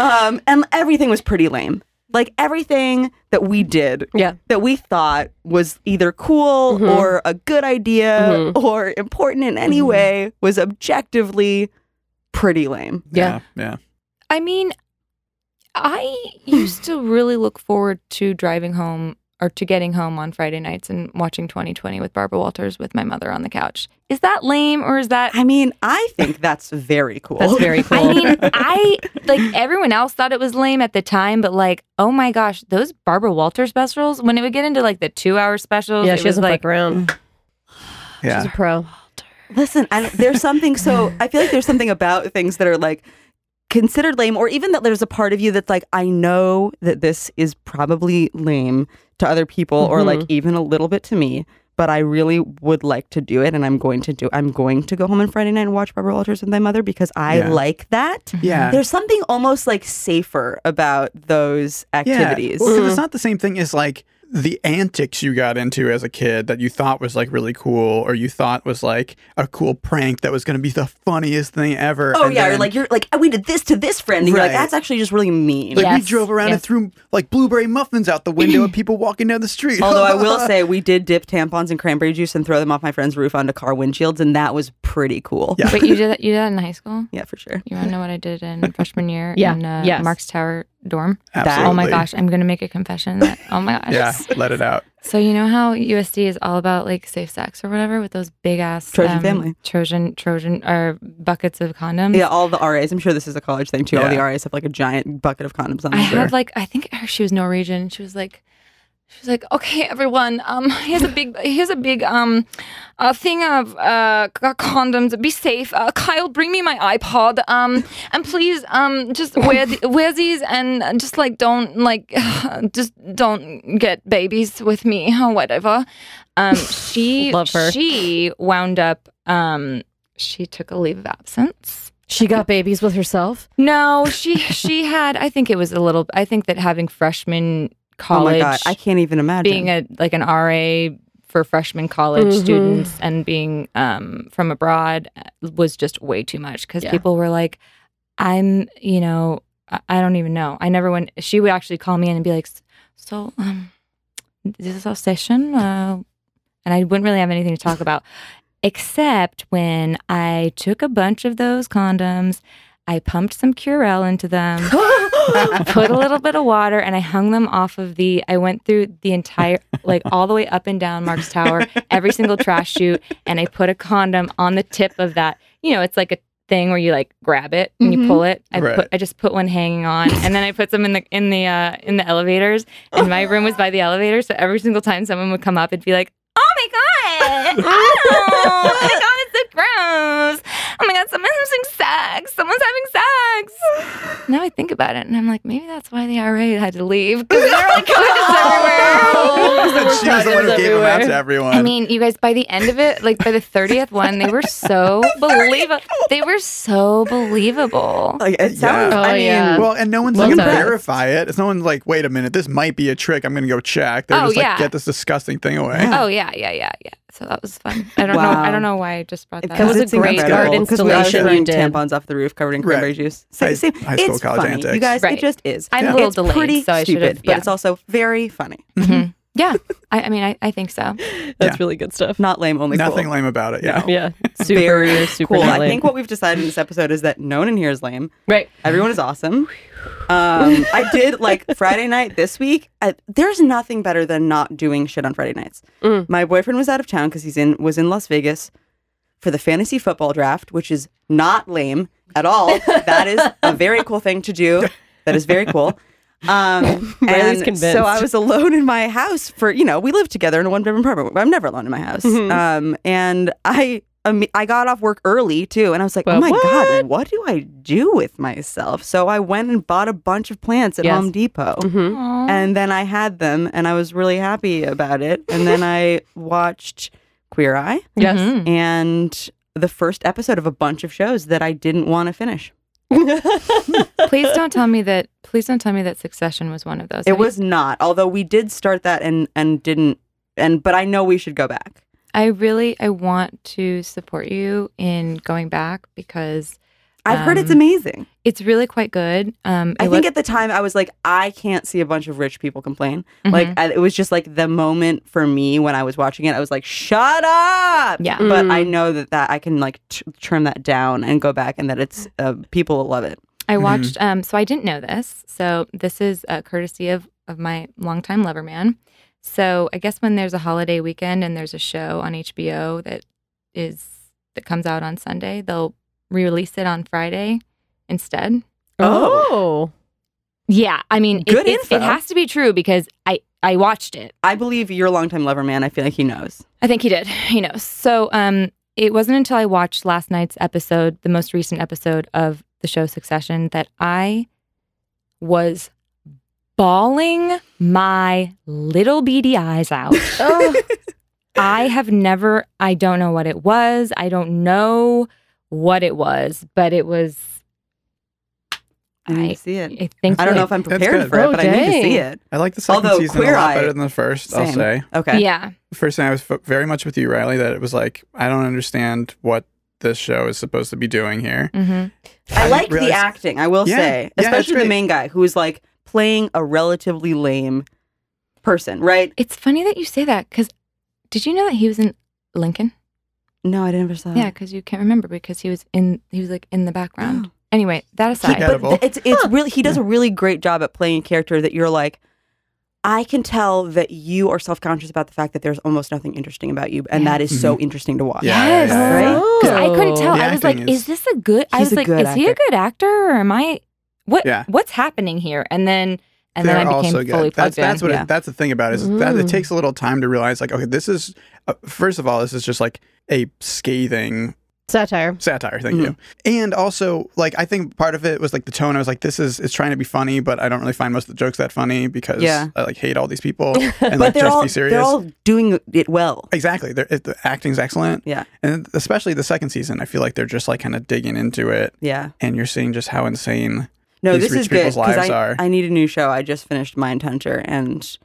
S1: [laughs] um, and everything was pretty lame. Like everything that we did,
S2: Yeah.
S1: that we thought was either cool or a good idea or important in any way was objectively pretty lame.
S2: Yeah.
S3: Yeah.
S5: I mean, I used to really look forward to driving home or to getting home on Friday nights and watching 2020 with Barbara Walters with my mother on the couch. Is that lame or is that
S1: I mean, I think that's very cool.
S2: That's
S1: [laughs]
S2: very cool. [laughs]
S5: I mean, I like everyone else thought it was lame at the time, but like, oh my gosh, those Barbara Walters specials when it would get into like the two-hour specials,
S2: yeah,
S5: it
S2: she
S5: was
S2: doesn't
S5: like,
S2: fuck around.
S3: Yeah.
S2: She's a pro.
S1: Listen, I, there's something so I feel like there's something about things that are like considered lame, or even that there's a part of you that's like, I know that this is probably lame to other people, or
S2: Mm-hmm.
S1: like even a little bit to me, but I really would like to do it, and I'm going to do. I'm going to go home on Friday night and watch Barbara Walters with my mother because I
S3: Yeah.
S1: like that.
S3: Yeah.
S1: there's something almost like safer about those activities.
S3: Yeah. Well,
S5: Mm-hmm.
S3: 'cause it's not the same thing as like the antics you got into as a kid that you thought was like really cool or you thought was like a cool prank that was going to be the funniest thing ever.
S1: Oh
S3: and
S1: yeah, or
S3: then-
S1: like you're like we did this to this friend, and you're like
S3: Right.
S1: that's actually just really mean.
S3: [laughs] Like we
S5: Yes.
S3: drove around
S5: Yeah.
S3: and threw like blueberry muffins out
S1: [clears throat]
S3: the window at people walking down the street.
S1: Although I
S3: [laughs]
S1: will say we did dip tampons in cranberry juice and throw them off my friend's roof onto car windshields, and that was pretty cool.
S3: Yeah.
S5: Wait, you did that? You did that in high school?
S1: Yeah, for sure.
S5: You want to know what I
S2: [laughs]
S5: did in freshman year
S2: Yeah.
S5: in uh,
S2: Yes.
S5: Mark's Tower dorm?
S1: that-
S5: Oh my
S3: Absolutely.
S5: gosh, I'm gonna make a confession. That, oh my
S3: [laughs]
S5: gosh.
S3: Yeah, let it
S5: [laughs]
S3: out.
S5: So you know how USD is all about like safe sex or whatever with those big ass um,
S1: Trojan family.
S5: Trojan Trojan or buckets of condoms.
S1: Yeah, all the RAs. I'm sure this is a college thing too. All the
S3: Yeah.
S1: RAs have like a giant bucket of condoms on
S5: I
S1: them.
S5: have like I think her- she was Norwegian. She was like she was like, okay, everyone, um, [laughs] here's a big here's a big um uh, thing of uh c- condoms. Be safe. Uh, Kyle, bring me my iPod. Um, and please
S2: [laughs]
S5: um just wear the, wear these and uh, just like don't like [sighs] just don't get babies with me [laughs] or whatever.
S2: [laughs]
S5: Um, she
S2: Love her.
S5: she wound up um she took a leave of absence.
S6: She got babies with
S1: [laughs]
S6: herself.
S5: No, she she had. I think it was a little. I think that having freshman
S1: oh
S5: college,
S1: my god, I can't even imagine.
S5: being a like an RA for freshman college students and being um, from abroad was just way too much because
S2: Yeah.
S5: people were like, I'm, you know, I, I don't even know. I never went. She would actually call me in and be like, so um, this is our session, uh, and I wouldn't really have anything to talk about except when I took a bunch of those condoms. I pumped some Curel into them, [laughs] put a little bit of water, and I hung them off of the. I went through the entire, like all the way up and down Mark's Tower, every single trash chute, and I put a condom on the tip of that. You know, it's like a thing where you like grab it and you pull it. I
S3: Right.
S5: put, I just put one hanging on, and then I put some in the in the uh, in the elevators. And my room was by the elevator, so every single time someone would come up, it'd be like, "Oh my god!" oh my god, it's so gross. Oh my god, someone's having sex. Someone's having sex. Now I think about it, and I'm like, maybe that's why the RA had to leave because there were like [laughs] condoms
S1: [laughs]
S3: [laughs]
S5: everywhere.
S3: she was the one who gave them out to everyone.
S5: Oh, I mean, you guys, by the end of it, like by the 30th one, they were so believable. They were so believable.
S1: like, it sounds.
S3: Yeah.
S1: I
S2: Oh,
S1: mean,
S2: yeah.
S3: well, and no one's
S2: Love
S3: going to
S2: that.
S3: verify it. It's no one's like, wait a minute, this might be a trick. I'm going to go check. They're
S5: Oh,
S3: just like,
S5: yeah.
S3: get this disgusting thing away.
S5: Oh yeah, yeah, yeah, yeah. So that was fun. I don't know.
S1: Wow.
S5: I don't know why I just brought that.
S1: because
S2: was
S5: up.
S2: a
S1: it's
S2: great
S1: incredible.
S2: art
S1: Because we all
S2: installation
S1: hung
S2: you did.
S1: tampons off the roof covered in cranberry
S3: Right.
S1: juice. Same,
S3: High-
S1: same.
S3: high school
S1: it's
S3: college
S1: funny.
S3: antics.
S1: You guys,
S5: Right.
S1: it just is.
S5: I'm a little
S1: it's
S5: delayed,
S1: pretty
S5: so I should
S1: stupid,
S5: have-
S1: but
S5: yeah.
S1: it's also very funny.
S5: yeah, I, I mean, I, I think so.
S1: Mm-hmm.
S2: That's
S3: Yeah.
S2: really good stuff.
S1: Not lame, only cool.
S3: Nothing lame about it. Yeah.
S2: [laughs] Yeah. Super,
S1: Very
S2: [laughs] super
S1: cool. I
S2: lame.
S1: think what we've decided in this episode is that no one in here is lame. [laughs]
S2: Right.
S1: Everyone is awesome. Um, I did
S2: [laughs]
S1: like Friday night this week. I, there's nothing better than not doing shit on Friday nights.
S2: Mm.
S1: My boyfriend was out of town because he's in was in Las Vegas for the fantasy football draft, which is not lame at all. that is a very cool thing to do. That is very cool. Um,
S2: [laughs] Riley's
S1: and
S2: convinced.
S1: so I was alone in my house for you know we live together in a one bedroom apartment. I'm never alone in my house.
S2: Mm-hmm.
S1: Um, and I um, I got off work early too, and I was like, oh
S2: Well,
S1: my god, what do I do with myself? So I went and bought a bunch of plants at
S2: Yes.
S1: Home Depot,
S2: Mm-hmm.
S5: Aw.
S1: and then I had them, and I was really happy about it. And then I watched Queer Eye
S2: Yes.
S5: Mhm.
S1: and the first episode of a bunch of shows that I didn't want to finish.
S2: Mm-hmm.
S1: [laughs]
S5: please don't tell me that. Please don't tell me that Succession was one of those.
S1: It was not, although we did start that and and didn't and but I know we should go back.
S5: I really I want to support you in going back because
S1: I've heard it's
S5: Um,
S1: amazing.
S5: it's really quite good. Um,
S1: I
S5: it
S1: think
S5: was-
S1: at the time I was like, I can't see a bunch of rich people complain.
S5: Mm-hmm.
S1: Like I, it was just like the moment for me when I was watching it. I was like, shut up.
S5: Yeah.
S1: But
S3: Mm.
S1: I know that that I can like t- turn that down and go back, and that it's uh, people will love it.
S5: I watched. Um, so I didn't know this. So this is uh, courtesy of of my longtime lover man. So I guess when there's a holiday weekend and there's a show on HBO that is that comes out on Sunday, they'll re-release it on Friday instead.
S2: Oh.
S5: Yeah, I mean, it-
S1: Good
S5: it,
S1: info.
S5: it has to be true because I I watched it.
S1: I believe your longtime lover man. I feel like he knows.
S5: I think he did. He knows. So um, it wasn't until I watched last night's episode, the most recent episode of the show Succession that I was bawling my little beady
S1: [laughs]
S5: eyes out.
S2: Oh.
S5: I have never, I don't know what it was. I don't know what it was, but it was.
S1: I need
S5: I,
S1: to see it.
S5: I think
S1: I don't
S5: it-
S1: know if I'm
S3: That's
S1: prepared
S3: good.
S1: for it,
S2: Oh,
S1: but I need to see
S2: dang.
S1: it.
S3: I like the second
S1: Although
S3: season a
S1: Queer
S3: lot
S1: Eye-
S3: better than the first. I'll
S1: Same.
S3: say.
S1: Okay.
S5: Yeah.
S3: First thing I was f- very much with you, Riley, that it was like I don't understand what this show is supposed to be doing here.
S5: hmm
S1: I
S3: I
S1: like the
S3: realized-
S1: acting, I will
S3: Yeah.
S1: say,
S3: Yeah, it's
S1: especially the
S3: great.
S1: main guy who is like playing a relatively lame person, right?
S5: It's funny that you say that because did you know that he was in Lincoln?
S1: No, I never saw
S5: Yeah,
S1: that.
S5: because you can't remember because he was in he was like in the [gasps] background. Anyway, that aside,
S3: Yeah. Edible.
S1: But th- it's it's really he does a really great job at playing a character that you're like, I can tell that you are self conscious about the fact that there's almost nothing interesting about you, and
S5: Yeah.
S1: that is so interesting to watch.
S3: Mm-hmm. Yeah.
S5: yes,
S1: yeah.
S5: right? Because I couldn't tell.
S3: The
S5: I was like,
S3: acting
S5: is,
S3: is-
S5: this a good? I
S1: He's
S5: was
S1: a
S5: like, is
S1: good
S5: he a
S1: actor.
S5: good actor or am I? What?
S3: Yeah.
S5: What's happening here? And then and then I became fully plugged
S3: That's,
S5: in.
S3: that's what.
S5: yeah.
S3: It, that's the thing about it is that it
S2: Mm.
S3: takes a little time to realize. Like, okay, this is uh, first of all, this is just like a scathing
S2: [laughs] Satire.
S3: satire. Thank you.
S1: Mm-hmm.
S3: And also, like, I think part of it was like the tone. I was like, this is it's trying to be funny, but I don't really find most of the jokes that funny because
S1: Yeah.
S3: I like hate all these
S1: [laughs]
S3: people and
S1: But
S3: like
S1: they're
S3: just
S1: all
S3: be serious.
S1: they're all doing it well.
S3: Exactly. They're, it, the acting's excellent.
S1: Yeah.
S3: And especially the second season, I feel like they're just like kind of digging into it
S1: Yeah.
S3: and you're seeing just how insane.
S1: No,
S3: These
S1: this
S3: rich
S1: is good
S3: people's
S1: because
S3: lives
S1: I,
S3: are-
S1: I need a new show. I just finished Mindhunter and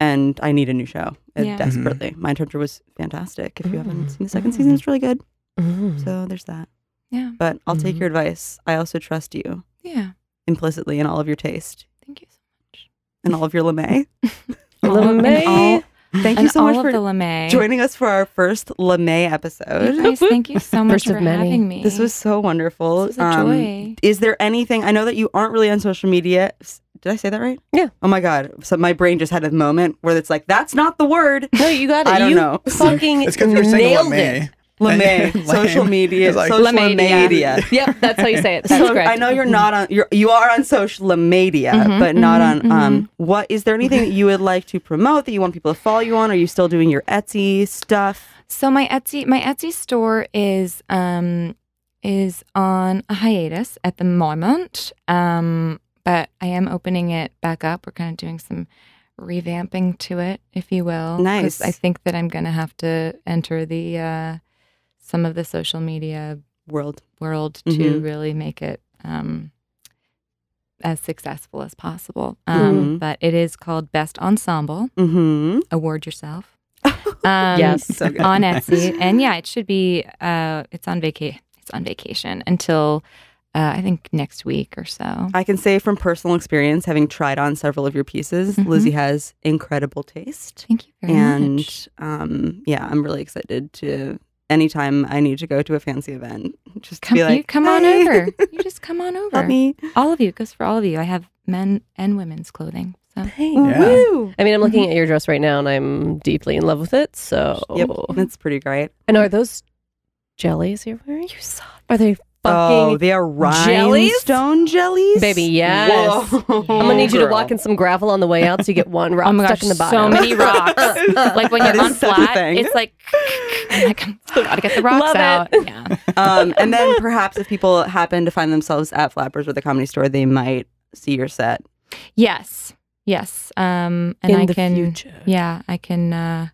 S1: and I need a new show uh,
S3: Mm-hmm.
S5: Yeah. Mhm.
S1: desperately. Mindhunter was fantastic. If you haven't seen the second
S3: Mm-hmm.
S1: season, it's really good. So there's that.
S5: yeah.
S1: But I'll
S3: Mm-hmm.
S1: take your advice. I also trust you
S5: Yeah.
S1: implicitly in all of your taste
S5: Thank you.
S1: and all of your lame.
S2: LeMay.
S5: all,
S1: Thank you
S5: and
S1: so
S5: all
S1: much
S5: of
S1: for
S5: the LeMay.
S1: joining us for our first LeMay episode.
S5: You guys, thank you so much
S2: First of
S5: for
S2: many.
S5: having me.
S1: This was so wonderful. Um,
S5: This was a joy.
S1: Is there anything? I know that you aren't really on social media. S- Did I say that right?
S2: Yeah.
S1: Oh my god! So my brain just had a moment where it's like, that's not the word.
S2: No, you got it.
S1: I don't
S2: you
S1: know. [laughs]
S2: Fucking
S3: It's because you're saying
S2: nailed [laughs]
S3: LeMay.
S2: it.
S1: LeMay,
S3: [laughs] Lame.
S1: social media,
S3: It's like-
S1: social
S5: LeMay, yeah.
S1: media.
S5: [laughs] Yep, that's how you say
S1: [laughs]
S5: it.
S1: so I know
S5: Mm-hmm.
S1: you're not on. You're, you are on social media,
S5: Mhm,
S1: but not on.
S5: mhm,
S1: Um, what is there anything that you would like to promote that you want people to follow you on? Are you still doing your Etsy stuff?
S5: So my Etsy my Etsy store is um is on a hiatus at the moment. Um but I am opening it back up. We're kind of doing some revamping to it, if you will. 'cause
S1: Nice.
S5: I think that I'm going to have to enter the uh some of the social media
S1: World.
S5: world to
S1: Mhm.
S5: really make it um as successful as possible. Um, but it is called Best Ensemble.
S1: Mm-hmm.
S5: Award yourself. Um,
S2: Yes.
S1: So [laughs] good.
S5: on Etsy, and yeah, it should be. Uh, it's on vaca- It's on vacation until uh, I think next week or so.
S1: I can say from personal experience, having tried on several of your pieces,
S5: Mhm.
S1: Lizzie has incredible taste.
S5: Thank you very much.
S1: And um, yeah, I'm really excited to anytime I need to go to a fancy event, just
S5: Come,
S1: be like,
S5: you come on
S1: "Hey, [laughs]
S5: over. You just come on over.
S1: Help me.
S5: All of you it goes for all of you. I have men and women's clothing. So
S2: Thanks.
S1: Woo!
S2: I mean, I'm looking at your dress right now and I'm deeply in love with it. So,
S1: Yep,
S5: Oh.
S1: that's pretty great.
S2: and are those jellies you're wearing? You saw. Are they
S1: oh,
S2: fucking?
S1: they are
S2: jellies?
S1: rhinestone jellies, [laughs]
S2: Baby, yes.
S1: Whoa.
S2: I'm gonna need you to
S3: Girl.
S2: walk in some gravel on the way out so you get one rock
S5: oh my
S2: stuck
S5: gosh,
S2: in the bottom. [laughs]
S5: so many rocks. like when
S1: That
S5: you're
S1: is
S5: on
S1: such a
S5: flat,
S1: thing.
S5: it's like [laughs] I'm like, I gotta get the rocks
S2: Love it.
S5: out. Yeah.
S1: um, and
S5: [laughs]
S1: then perhaps if people happen to find themselves at Flappers or the Comedy Store, they might see your set.
S5: Yes. Yes. Um, and
S2: in
S5: I
S2: the
S5: can.
S2: future.
S5: Yeah, I can. Uh,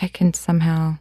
S5: I can somehow.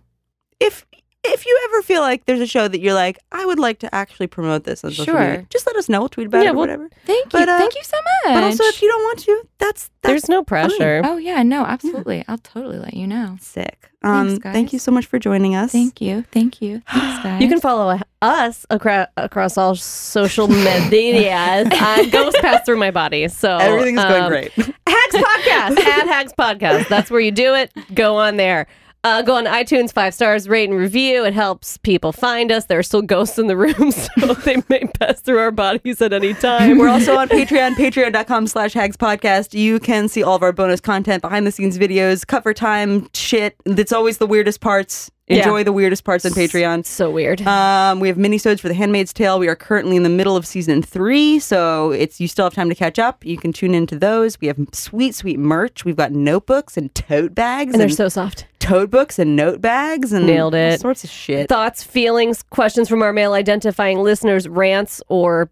S1: If if you ever feel like there's a show that you're like, I would like to actually promote this on social
S5: Sure.
S1: media, just let us know. We'll tweet about it
S2: Yeah,
S1: or
S2: we'll-
S1: whatever.
S5: Thank you.
S1: But, uh,
S5: Thank you so much.
S1: But also, if you don't want to, that's that's
S2: There's no pressure.
S5: oh yeah, no, absolutely. I'll totally let you know.
S1: sick. Um,
S5: Thanks,
S1: thank
S5: guys.
S1: you so much for joining us.
S5: Thank you.
S1: [gasps]
S5: Thank you. Thanks, guys.
S2: You can follow us across across all social medias. I'm ghost pass through my body. So
S1: Everything's
S2: um,
S1: going
S2: [laughs]
S1: great.
S2: Hags Podcast at Hags Podcast. That's where you do it. Go on there. Uh, go on iTunes, five stars, rate and review. It helps people find us. There are still ghosts in the room, [laughs] so they may pass through our bodies at
S1: [laughs]
S2: any time.
S1: We're also on Patreon, patreon.com slash hags podcast. You can see all of our bonus content, behind the scenes videos, cover time, shit. That's always the weirdest parts. Enjoy
S2: Yeah.
S1: the weirdest parts on Patreon.
S2: so weird.
S1: Um, we have minisodes for The Handmaid's Tale. We are currently in the middle of season three, so it's you still have time to catch up. You can tune into those. We have sweet, sweet merch. We've got notebooks and tote bags,
S2: and they're so soft.
S1: tote books and note bags, and
S2: Nailed it.
S1: All sorts of shit.
S2: Thoughts, feelings, questions from our male identifying listeners, rants, or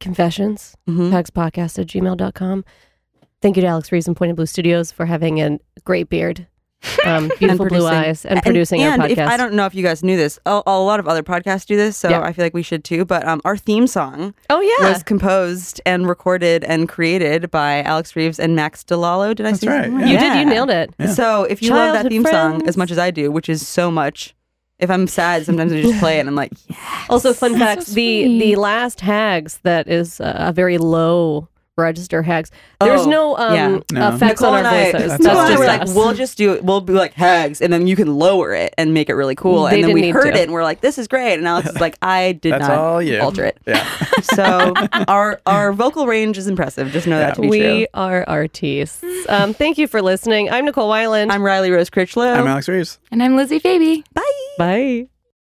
S2: confessions,
S1: Mhm.
S2: pugspodcast at gmail.com. Thank you to Alex Reese and Pointed Blue Studios for having a great beard,
S1: [laughs]
S2: um, beautiful blue
S1: producing-
S2: eyes, and, producing
S1: and
S2: our
S1: If,
S2: podcast.
S1: I don't know if you guys knew this. A, a lot of other podcasts do this, so
S2: Yeah.
S1: I feel like we should too. But um, our theme song
S2: oh, yeah.
S1: was composed and recorded and created by Alex Reeves and Max DeLallo. Did I
S3: That's
S1: say
S3: right,
S1: something
S3: yeah.
S2: you did. You nailed it.
S3: Yeah.
S1: So if you love that
S2: Childhood
S1: theme song
S2: friends.
S1: as much as I do, which is so much, if I'm sad, sometimes I just play it and I'm like,
S2: Also, fun facts: the the last hags that is uh, a very low register hags. There's
S1: Oh,
S2: no um
S1: yeah.
S3: No.
S2: effects
S1: Nicole
S2: on
S1: and
S2: our
S1: I,
S2: voices.
S1: Nicole
S2: That's
S1: and I
S2: just
S1: were like,
S2: us.
S1: we'll just do it. We'll be like hags, and then you can lower it and make it really cool.
S2: They
S1: and then
S2: didn't
S1: we
S2: need
S1: heard
S2: to.
S1: it, and we're like, this is great. And Alex is like, I did
S3: That's
S1: not
S3: all you.
S1: alter
S3: [laughs]
S1: it. [laughs]
S3: Yeah.
S1: So our our vocal range is impressive. Just know that to be
S2: we
S1: true.
S2: are artists. Um, thank you for listening. I'm Nicole Weiland.
S1: I'm Riley Rose Critchlow.
S3: I'm Alex Reeves.
S5: And I'm Lizzie Baby.
S1: Bye.
S2: Bye.